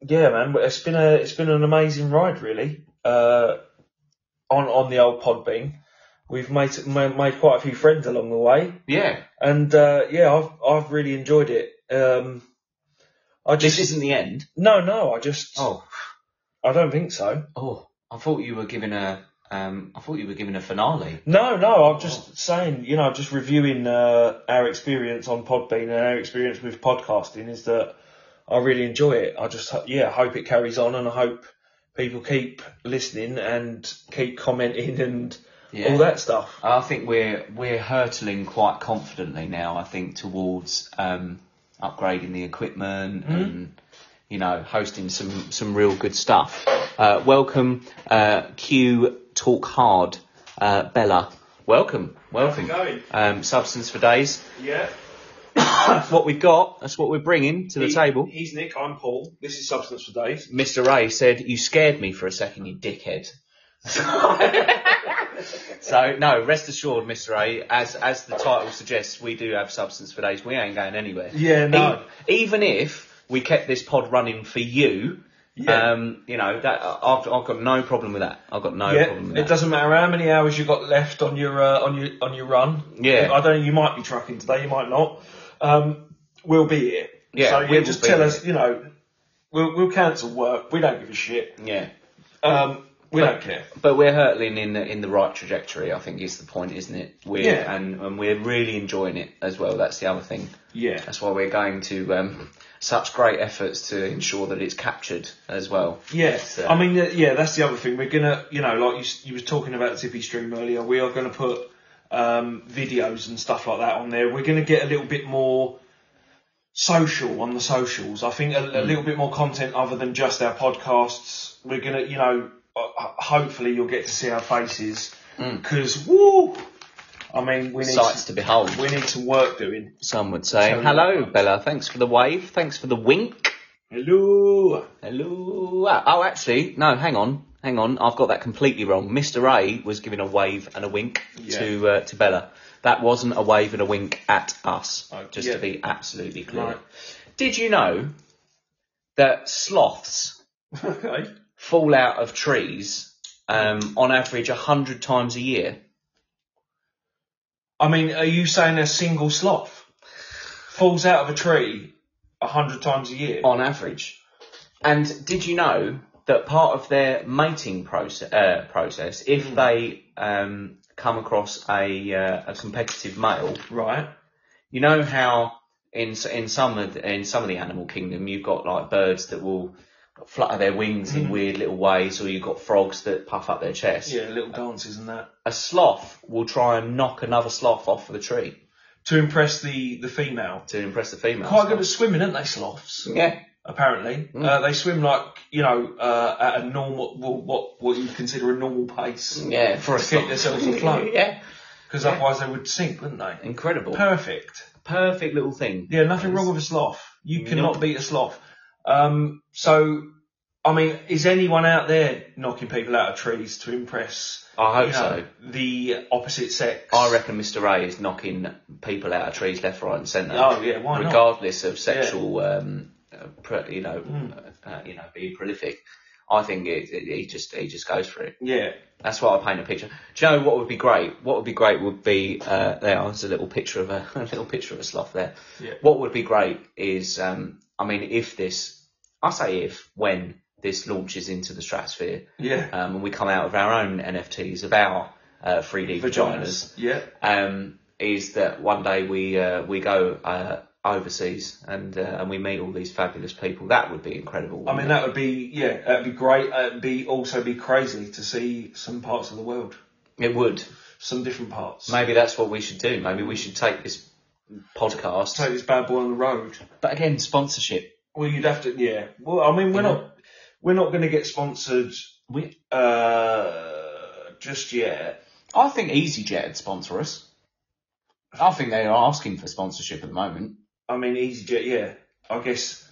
Speaker 2: yeah, man, it's been a it's been an amazing ride, really. Uh, on on the old Podbean, we've made ma- made quite a few friends along the way,
Speaker 4: Yeah.
Speaker 2: and uh, yeah, I've I've really enjoyed it. Um, I
Speaker 4: This
Speaker 2: just
Speaker 4: isn't the end.
Speaker 2: no no, I just
Speaker 4: Oh,
Speaker 2: I don't think so.
Speaker 4: oh. I thought you were giving a. Um, I thought you were giving a finale.
Speaker 2: No, no, I'm just saying, you know, just reviewing uh, our experience on Podbean and our experience with podcasting is that I really enjoy it. I just, ho- yeah, hope it carries on and I hope people keep listening and keep commenting and
Speaker 4: Yeah.
Speaker 2: all that stuff.
Speaker 4: I think we're we're hurtling quite confidently now. I think towards um, upgrading the equipment
Speaker 5: Mm-hmm.
Speaker 4: and you know hosting some some real good stuff. Uh, welcome, uh, Q Talk Hard, uh, Bella. Welcome, welcome.
Speaker 5: How's it
Speaker 4: Um, Substance for days.
Speaker 5: Yeah.
Speaker 4: That's what we've got. That's what we're bringing to the
Speaker 2: He-
Speaker 4: table.
Speaker 2: He's Nick. I'm Paul. This is Substance for Days.
Speaker 4: Mr. Ray said, "You scared me for a second, you dickhead." so no, rest assured, Mr. Ray, as as the title suggests, we do have substance for days. We ain't going anywhere.
Speaker 2: Yeah, no.
Speaker 4: E- even if we kept this pod running for you,
Speaker 2: Yeah.
Speaker 4: um, you know that I've, I've got no problem with that. I've got no
Speaker 2: yeah,
Speaker 4: problem with
Speaker 2: it
Speaker 4: that.
Speaker 2: doesn't matter how many hours you got left on your uh, on your on your run.
Speaker 4: Yeah.
Speaker 2: I don't. know, You might be trucking today. You might not. Um, we'll be here.
Speaker 4: Yeah,
Speaker 2: So
Speaker 4: we
Speaker 2: you
Speaker 4: will
Speaker 2: just
Speaker 4: be
Speaker 2: tell
Speaker 4: here.
Speaker 2: us. You know, we'll we'll cancel work. We don't give a shit.
Speaker 4: Yeah,
Speaker 2: Um, we don't care.
Speaker 4: but we're hurtling in the, in the right trajectory. I think is the point, isn't it? We're,
Speaker 2: Yeah.
Speaker 4: and and we're really enjoying it as well. That's the other thing.
Speaker 2: Yeah.
Speaker 4: That's why we're going to um, such great efforts to ensure that it's captured as well.
Speaker 2: Yeah,
Speaker 4: So-
Speaker 2: I mean, uh, yeah, that's the other thing. We're gonna, you know, like you, s- you was talking about Zippy Stream earlier. We are gonna put um, videos and stuff like that on there. We're gonna get a little bit more social on the socials. I think a, a little bit more content other than just our podcasts. We're gonna, you know, uh, uh, hopefully you'll get to see our faces because woo. I mean, we need
Speaker 4: Sights to behold,
Speaker 2: we need some work doing.
Speaker 4: some would say.
Speaker 2: So-
Speaker 4: Hello, Bella. Thanks for the wave. Thanks for the wink.
Speaker 2: Hello.
Speaker 4: Hello. Oh, actually, no. Hang on, hang on. I've got that completely wrong. Mister A was giving a wave and a wink
Speaker 2: Yeah.
Speaker 4: to uh, to Bella. That wasn't a wave and a wink at us.
Speaker 2: Oh,
Speaker 4: just
Speaker 2: yeah.
Speaker 4: to be absolutely clear.
Speaker 2: Right.
Speaker 4: Did you know that sloths
Speaker 2: okay.
Speaker 4: fall out of trees um, on average hundred times a year?
Speaker 2: I mean, are you saying a single sloth falls out of a tree a hundred times a year?
Speaker 4: on average. And did you know that part of their mating process, uh, process if they um, come across a, uh, a competitive male,
Speaker 2: Right.
Speaker 4: you know how in s- in some of the, in some of the animal kingdom you've got like birds that will flutter their wings in weird little ways, or you've got frogs that puff up their chest.
Speaker 2: Yeah, little dances and that
Speaker 4: A sloth will try and knock another sloth off the tree
Speaker 2: to impress the the female.
Speaker 4: to impress the female.
Speaker 2: Quite good at
Speaker 4: sloth.
Speaker 2: swimming, aren't they, sloths?
Speaker 4: Yeah,
Speaker 2: Apparently, uh, they swim like you know uh, at a normal, well, what what you consider a normal pace,
Speaker 4: yeah, for a
Speaker 2: To keep
Speaker 4: sloth.
Speaker 2: themselves afloat.
Speaker 4: yeah,
Speaker 2: because otherwise they would sink, wouldn't they?
Speaker 4: incredible,
Speaker 2: Perfect.
Speaker 4: perfect little thing.
Speaker 2: Yeah, nothing wrong with a sloth. You
Speaker 4: No.
Speaker 2: cannot beat a sloth. Um, so, I mean, is anyone out there knocking people out of trees to impress?
Speaker 4: I hope
Speaker 2: you
Speaker 4: so.
Speaker 2: know, the opposite sex.
Speaker 4: I reckon Mr. Ray is knocking people out of trees left, right, and centre.
Speaker 2: Oh, yeah, Hmm. why not?
Speaker 4: regardless of sexual, um, uh, pro- you know, uh, you know, being prolific. I think it, it, he just he just goes for it.
Speaker 2: Yeah.
Speaker 4: That's why I paint a picture. Do you know what would be great? What would be great would be uh, there. There's a little picture of a, a little picture of a sloth there.
Speaker 2: Yeah.
Speaker 4: What would be great is, um, I mean, if this, I say if when this launches into the stratosphere,
Speaker 2: Yeah.
Speaker 4: um, and we come out of our own NFTs of our uh, 3D vaginas
Speaker 2: Yeah.
Speaker 4: um, is that one day we uh, we go uh, overseas and uh, and we meet all these fabulous people. That would be incredible.
Speaker 2: I mean, that would be yeah, that'd be great. Uh, It'd be also be crazy to see some parts of the world,
Speaker 4: it would.
Speaker 2: some different parts.
Speaker 4: Maybe that's what we should do. Maybe we should take this podcast.
Speaker 2: Take this bad boy on the road.
Speaker 4: but again, sponsorship.
Speaker 2: Well, you'd have to yeah. Well, I mean, we're
Speaker 4: Yeah.
Speaker 2: not we're not going to get sponsored
Speaker 4: We,
Speaker 2: uh, just yet.
Speaker 4: I think EasyJet would sponsor us. I think they are asking for sponsorship at the moment.
Speaker 2: I mean, EasyJet, yeah. I guess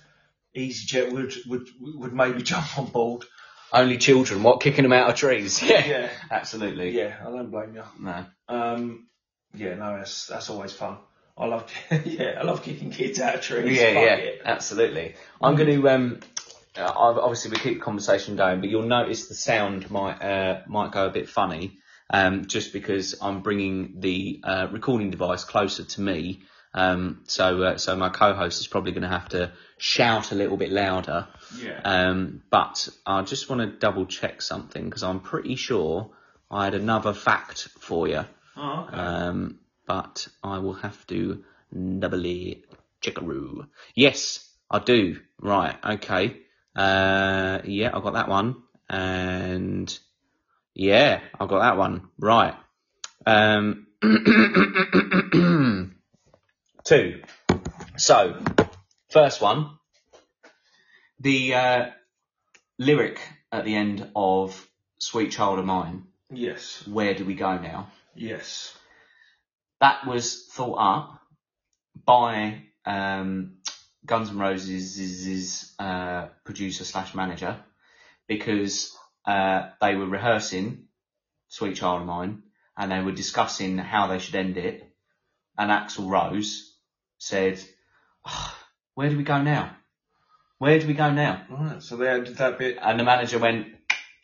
Speaker 2: EasyJet would would would maybe jump on board.
Speaker 4: Only children. What kicking them out of trees? Yeah,
Speaker 2: Yeah.
Speaker 4: absolutely.
Speaker 2: Yeah, I don't blame you.
Speaker 4: No.
Speaker 2: Um, yeah, no, that's that's always fun. I love, yeah, I love kicking kids out of trees.
Speaker 4: yeah,
Speaker 2: Fuck
Speaker 4: yeah,
Speaker 2: it.
Speaker 4: absolutely. I'm going to um, uh, ob- obviously we keep the conversation going, but you'll notice the sound might uh, might go a bit funny, um, just because I'm bringing the uh, recording device closer to me. Um, so uh, so my co-host is probably going to have to shout a little bit louder.
Speaker 2: Yeah.
Speaker 4: Um, but I just want to double check something because I'm pretty sure I had another fact for you.
Speaker 2: Oh, okay.
Speaker 4: Um, but I will have to doubly chickaroo. Yes, I do. Right, okay. Uh, yeah, I got that one. And yeah, I got that one. Right. Um, two. So, first one, the uh, lyric at the end of "Sweet Child of Mine."
Speaker 5: Yes.
Speaker 4: Where do we go now?
Speaker 5: Yes.
Speaker 4: that was thought up by um, Guns N' Roses' uh, producer slash manager because uh, they were rehearsing Sweet Child of Mine and they were discussing how they should end it. And Axel Rose said, "Ugh, Where do we go now? Where do we go now?
Speaker 2: Right, so they added that bit.
Speaker 4: And the manager went,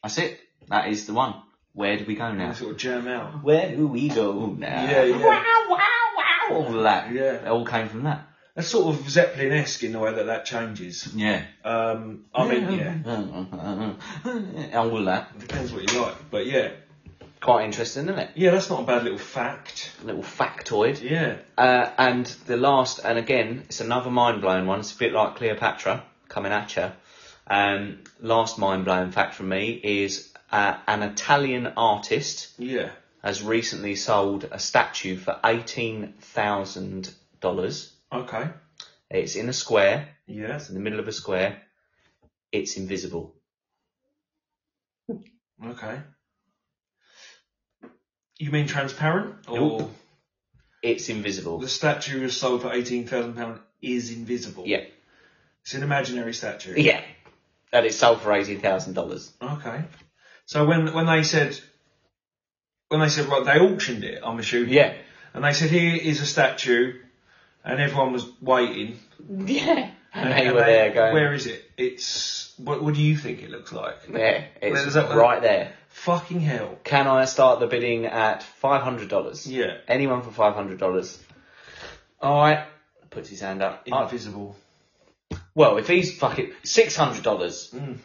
Speaker 4: That's it. That is the one. Where do we go now?
Speaker 2: They sort of jam out.
Speaker 4: Where do we go now?
Speaker 2: Yeah, yeah.
Speaker 4: Wow, wow, wow. All that.
Speaker 2: Yeah.
Speaker 4: It all came from that.
Speaker 2: That's sort of Zeppelin-esque in the way that that changes.
Speaker 4: Yeah.
Speaker 2: Um, I mean, yeah,
Speaker 4: all that.
Speaker 2: depends what you like, but yeah,
Speaker 4: Quite interesting, isn't it?
Speaker 2: yeah, that's not a bad little fact.
Speaker 4: Little factoid.
Speaker 2: Yeah,
Speaker 4: Uh, and the last, and again, it's another mind blowing one. It's a bit like Cleopatra coming at you. Um, last mind blowing fact from me is uh, an Italian artist
Speaker 2: yeah.
Speaker 4: has recently sold a statue for eighteen thousand dollars.
Speaker 2: Okay.
Speaker 4: It's in a square.
Speaker 2: Yeah.
Speaker 4: It's in the middle of a square. It's invisible.
Speaker 2: Okay. You mean transparent or
Speaker 4: Nope. It's invisible.
Speaker 2: the statue was sold for eighteen thousand pound is invisible?
Speaker 4: Yeah,
Speaker 2: It's an imaginary statue.
Speaker 4: yeah. That it's sold for eighteen thousand dollars.
Speaker 2: Okay. So when when they said when they said right, they auctioned it. I'm assuming.
Speaker 4: Yeah,
Speaker 2: And they said here is a statue, and everyone was waiting.
Speaker 4: yeah. And
Speaker 2: And
Speaker 4: they were
Speaker 2: they-
Speaker 4: there going,
Speaker 2: Where is it? It's what? What do you think it looks like?
Speaker 4: yeah,
Speaker 2: Where
Speaker 4: it's
Speaker 2: is that one?
Speaker 4: right there.
Speaker 2: Fucking hell.
Speaker 4: Can I start the bidding at five hundred dollars?
Speaker 2: Yeah.
Speaker 4: Anyone for five hundred dollars? All right. Puts his hand up. Oh,
Speaker 2: Invisible.
Speaker 4: well, if he's fucking six hundred dollars,
Speaker 2: Mm.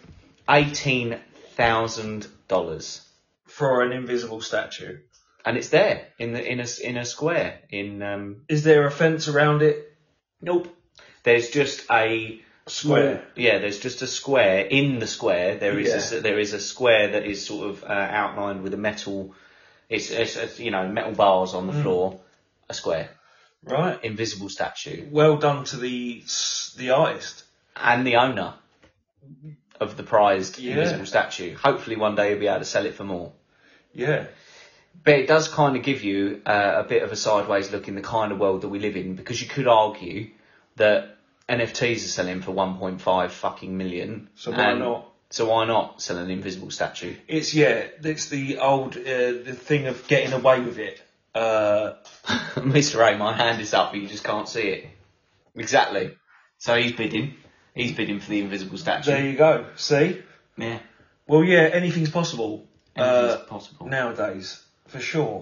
Speaker 4: eighteen thousand dollars,
Speaker 2: For an invisible statue.
Speaker 4: and it's there in the in a s- in a square in um
Speaker 2: Is there a fence around it?
Speaker 4: Nope. There's just a
Speaker 2: Square.
Speaker 4: yeah. There's just a square in the square. There is a s
Speaker 2: Yeah.
Speaker 4: there is a square that is sort of uh, outlined with a metal. It's, it's, it's you know metal bars on the
Speaker 2: Mm.
Speaker 4: floor. A square,
Speaker 2: Right.
Speaker 4: invisible statue,
Speaker 2: Well done to the s- the artist.
Speaker 4: and the owner of the prized
Speaker 2: Yeah.
Speaker 4: invisible statue. Hopefully, one day you'll be able to sell it for more.
Speaker 2: Yeah.
Speaker 4: But it does kind of give you uh, a bit of a sideways look in the kind of world that we live in, because you could argue that NFTs are selling for 1.5 fucking million.
Speaker 2: So why
Speaker 4: and-
Speaker 2: not?
Speaker 4: So why not sell an invisible statue?
Speaker 2: It's yeah. It's the old uh, the thing of getting away with it. Uh,
Speaker 4: Mr. A, my hand is up, but you just can't see it. Exactly. So he's bidding. He's bidding for the invisible statue.
Speaker 2: there you go. See.
Speaker 4: yeah,
Speaker 2: Well, yeah. Anything's possible
Speaker 4: anything's
Speaker 2: uh,
Speaker 4: possible.
Speaker 2: nowadays, for sure.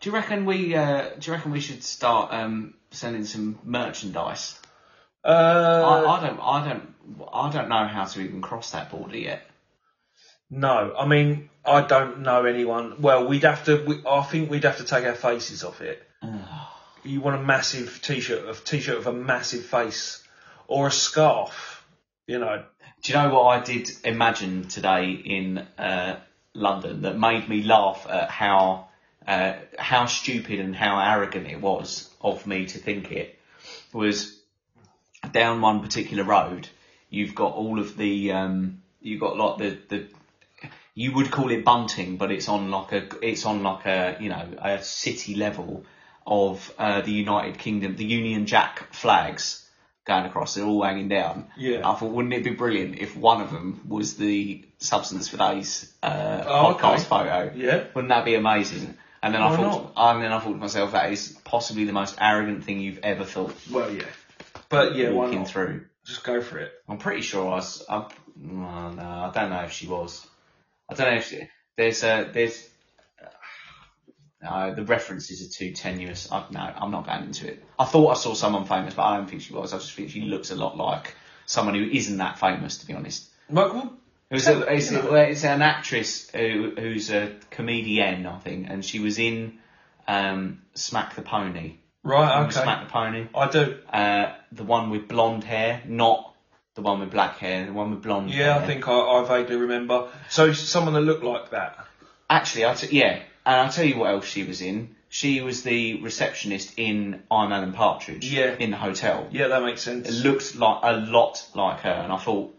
Speaker 4: do you reckon we? Uh, do you reckon we should start um, selling some merchandise? I,
Speaker 2: Uh,
Speaker 4: I don't. I don't. I don't know how to even cross that border yet.
Speaker 2: no, I mean I don't know anyone. Well, we'd have to. We, I think we'd have to take our faces off it.
Speaker 4: Mm.
Speaker 2: you want a massive t-shirt, a t-shirt of a massive face, or a scarf. You know,
Speaker 4: Do you know what I did imagine today in uh, London that made me laugh at how uh, how stupid and how arrogant it was of me to think it was down one particular road. You've got all of the um, you've got like the, the you would call it bunting, but it's on like a it's on like a you know a city level of uh, the United Kingdom, the Union Jack flags going across. They're all hanging down.
Speaker 2: Yeah.
Speaker 4: I thought, wouldn't it be brilliant if one of them was the Substance for Days uh,
Speaker 2: Oh,
Speaker 4: podcast
Speaker 2: okay.
Speaker 4: photo?
Speaker 2: yeah.
Speaker 4: Wouldn't that be amazing? And then I
Speaker 2: Why
Speaker 4: thought, and then I thought to myself, that is possibly the most arrogant thing you've ever thought
Speaker 2: Well, yeah. But yeah, why
Speaker 4: walking
Speaker 2: not?
Speaker 4: through.
Speaker 2: Just go for it.
Speaker 4: I'm pretty sure I was. I, oh, no, no, I don't know if she was. I don't know if she, there's a there's. uh, No, the references are too tenuous. I, no, I'm not going into it. I thought I saw someone famous, but I don't think she was. I just think she looks a lot like someone who isn't that famous, to be honest.
Speaker 2: Michael,
Speaker 4: It was a, it's, a, it's an actress who, who's a comedian, I think, and she was in um, Smack the Pony.
Speaker 2: right?
Speaker 4: Remember
Speaker 2: Okay.
Speaker 4: Smack the Pony.
Speaker 2: I do.
Speaker 4: Uh, the one with blonde hair, not the one with black hair, the one with blonde hair.
Speaker 2: Yeah, I think I, I vaguely remember. So someone that looked like that.
Speaker 4: Actually, I t- yeah, And I'll tell you what else she was in. She was the receptionist in I'm Alan Partridge
Speaker 2: Yeah.
Speaker 4: in the hotel.
Speaker 2: Yeah, that makes
Speaker 4: It
Speaker 2: sense.
Speaker 4: looked like a lot like her, and I thought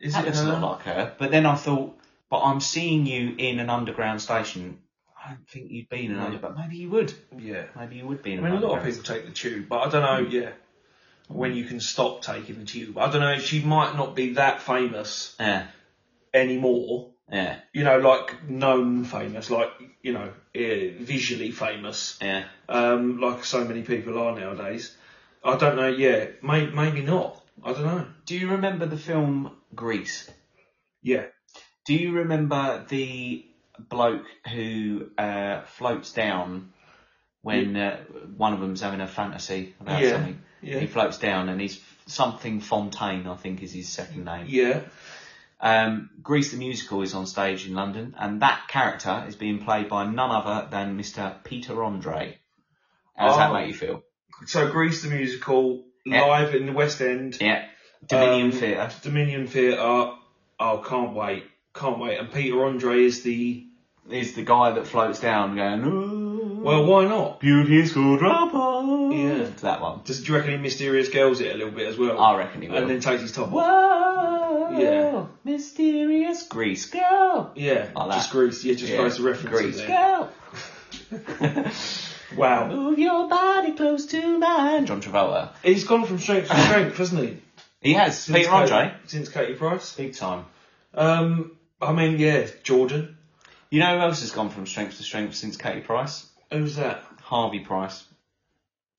Speaker 2: Is
Speaker 4: that
Speaker 2: it
Speaker 4: looks a lot
Speaker 2: her?
Speaker 4: like her. But then I thought, but I'm seeing you in an underground station. I don't think you'd been in an underground. Maybe you would.
Speaker 2: Yeah.
Speaker 4: Maybe you would be in
Speaker 2: I
Speaker 4: an
Speaker 2: mean, a lot
Speaker 4: underground.
Speaker 2: of people take the tube, but I don't know,
Speaker 4: Hmm.
Speaker 2: yeah, when you can stop taking the tube. I don't know, she might not be that famous
Speaker 4: Yeah,
Speaker 2: anymore.
Speaker 4: yeah,
Speaker 2: You know, like known famous, like, you know, eh, visually famous,
Speaker 4: yeah.
Speaker 2: um, like so many people are nowadays. I don't know, yeah, may, maybe not. I don't know.
Speaker 4: Do you remember the film Grease?
Speaker 2: Yeah.
Speaker 4: Do you remember the bloke who uh, floats down when uh, one of them's having a fantasy about
Speaker 2: Yeah,
Speaker 4: something?
Speaker 2: yeah.
Speaker 4: He floats down and he's something Fontaine, I think, is his second name.
Speaker 2: Yeah.
Speaker 4: Um, Grease the musical is on stage in London, and that character is being played by none other than Mr. Peter Andre. How does that
Speaker 2: Oh.
Speaker 4: make you feel?
Speaker 2: So, Grease the musical,
Speaker 4: Yeah.
Speaker 2: live in the West End.
Speaker 4: Yeah, Dominion
Speaker 2: Um,
Speaker 4: Theatre.
Speaker 2: Dominion Theatre. Oh, can't wait. Can't wait. And Peter Andre is the.
Speaker 4: Is the guy that floats down going, Ooh,
Speaker 2: Well, why not?
Speaker 4: beauty is called Rapper.
Speaker 2: Yeah.
Speaker 4: that one.
Speaker 2: Does, do you reckon he mysterious girls it a little bit as well?
Speaker 4: I reckon he will.
Speaker 2: and then takes his top off.
Speaker 4: Whoa!
Speaker 2: Yeah.
Speaker 4: Mysterious Grease girl.
Speaker 2: Yeah,
Speaker 4: Like that.
Speaker 2: just Grease. Yeah, just goes to references.
Speaker 4: Grease
Speaker 2: there.
Speaker 4: girl.
Speaker 2: Wow.
Speaker 4: Move your body close to mine. John Travolta.
Speaker 2: He's gone from strength to strength, hasn't he?
Speaker 4: He has. Peter Andre.
Speaker 2: Katie, since Katie Price.
Speaker 4: Big time.
Speaker 2: Um, I mean, yeah, Jordan.
Speaker 4: You know who else has gone from strength to strength since Katie Price?
Speaker 2: Who's that?
Speaker 4: Harvey Price.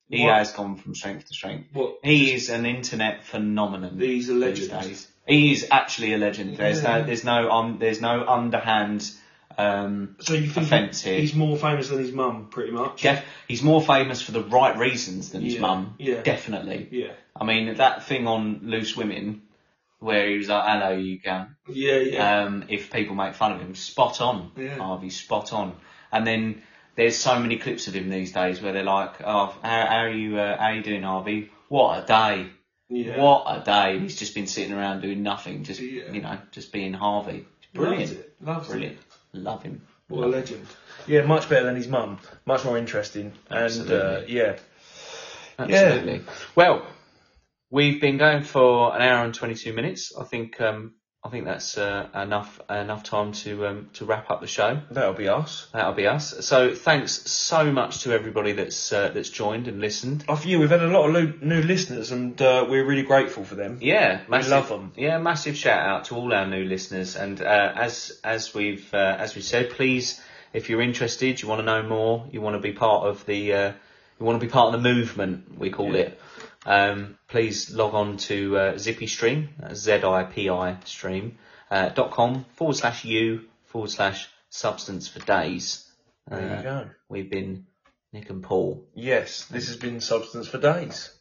Speaker 4: He
Speaker 2: What?
Speaker 4: has gone from strength to strength.
Speaker 2: What?
Speaker 4: He is an internet phenomenon.
Speaker 2: He's a
Speaker 4: these
Speaker 2: legend.
Speaker 4: days. He is actually a legend. There's
Speaker 2: Yeah.
Speaker 4: no, there's no, um, there's no underhand. Um,
Speaker 2: So you think
Speaker 4: Offensive.
Speaker 2: he's more famous than his mum, pretty much?
Speaker 4: def- he's more famous for the right reasons than his
Speaker 2: Yeah.
Speaker 4: mum.
Speaker 2: Yeah.
Speaker 4: Definitely.
Speaker 2: Yeah.
Speaker 4: I mean that thing on Loose Women, where he was like, "Hello, you can."
Speaker 2: Yeah, yeah.
Speaker 4: Um, if people make fun of him, spot on,
Speaker 2: Yeah.
Speaker 4: Harvey, spot on. And then there's so many clips of him these days where they're like, "Oh, how, how are you? Uh, how you doing, Harvey? What a day!
Speaker 2: yeah.
Speaker 4: What a day!" He's just been sitting around doing nothing, just
Speaker 2: Yeah.
Speaker 4: you know, just being Harvey.
Speaker 2: Loves
Speaker 4: Brilliant,
Speaker 2: it. Loves it.
Speaker 4: brilliant. Love him.
Speaker 2: What a legend. Yeah, much better than his mum. Much more interesting. And uh,
Speaker 4: Absolutely.
Speaker 2: yeah,
Speaker 4: Absolutely. Well, we've been going for an hour and twenty-two minutes. I think um, I think that's uh, enough enough time to um, to wrap up the show.
Speaker 2: that'll be us.
Speaker 4: That'll be us. So thanks so much to everybody that's uh, that's joined and listened.
Speaker 2: After you, we've had a lot of lo- new listeners, and uh, we're really grateful for them.
Speaker 4: Yeah, massive,
Speaker 2: love 'em.
Speaker 4: Yeah, massive shout out to all our new listeners. And uh, as as we've uh, as we said, please, if you're interested, you want to know more, you want to be part of the, uh, you want to be part of the movement, we call it. Um, please log on to uh, Zippy Stream, Z I P I Stream uh, dot com forward slash u forward slash Substance for Days.
Speaker 2: There you go.
Speaker 4: We've been Nick and Paul.
Speaker 2: Yes, this has been Substance for Days.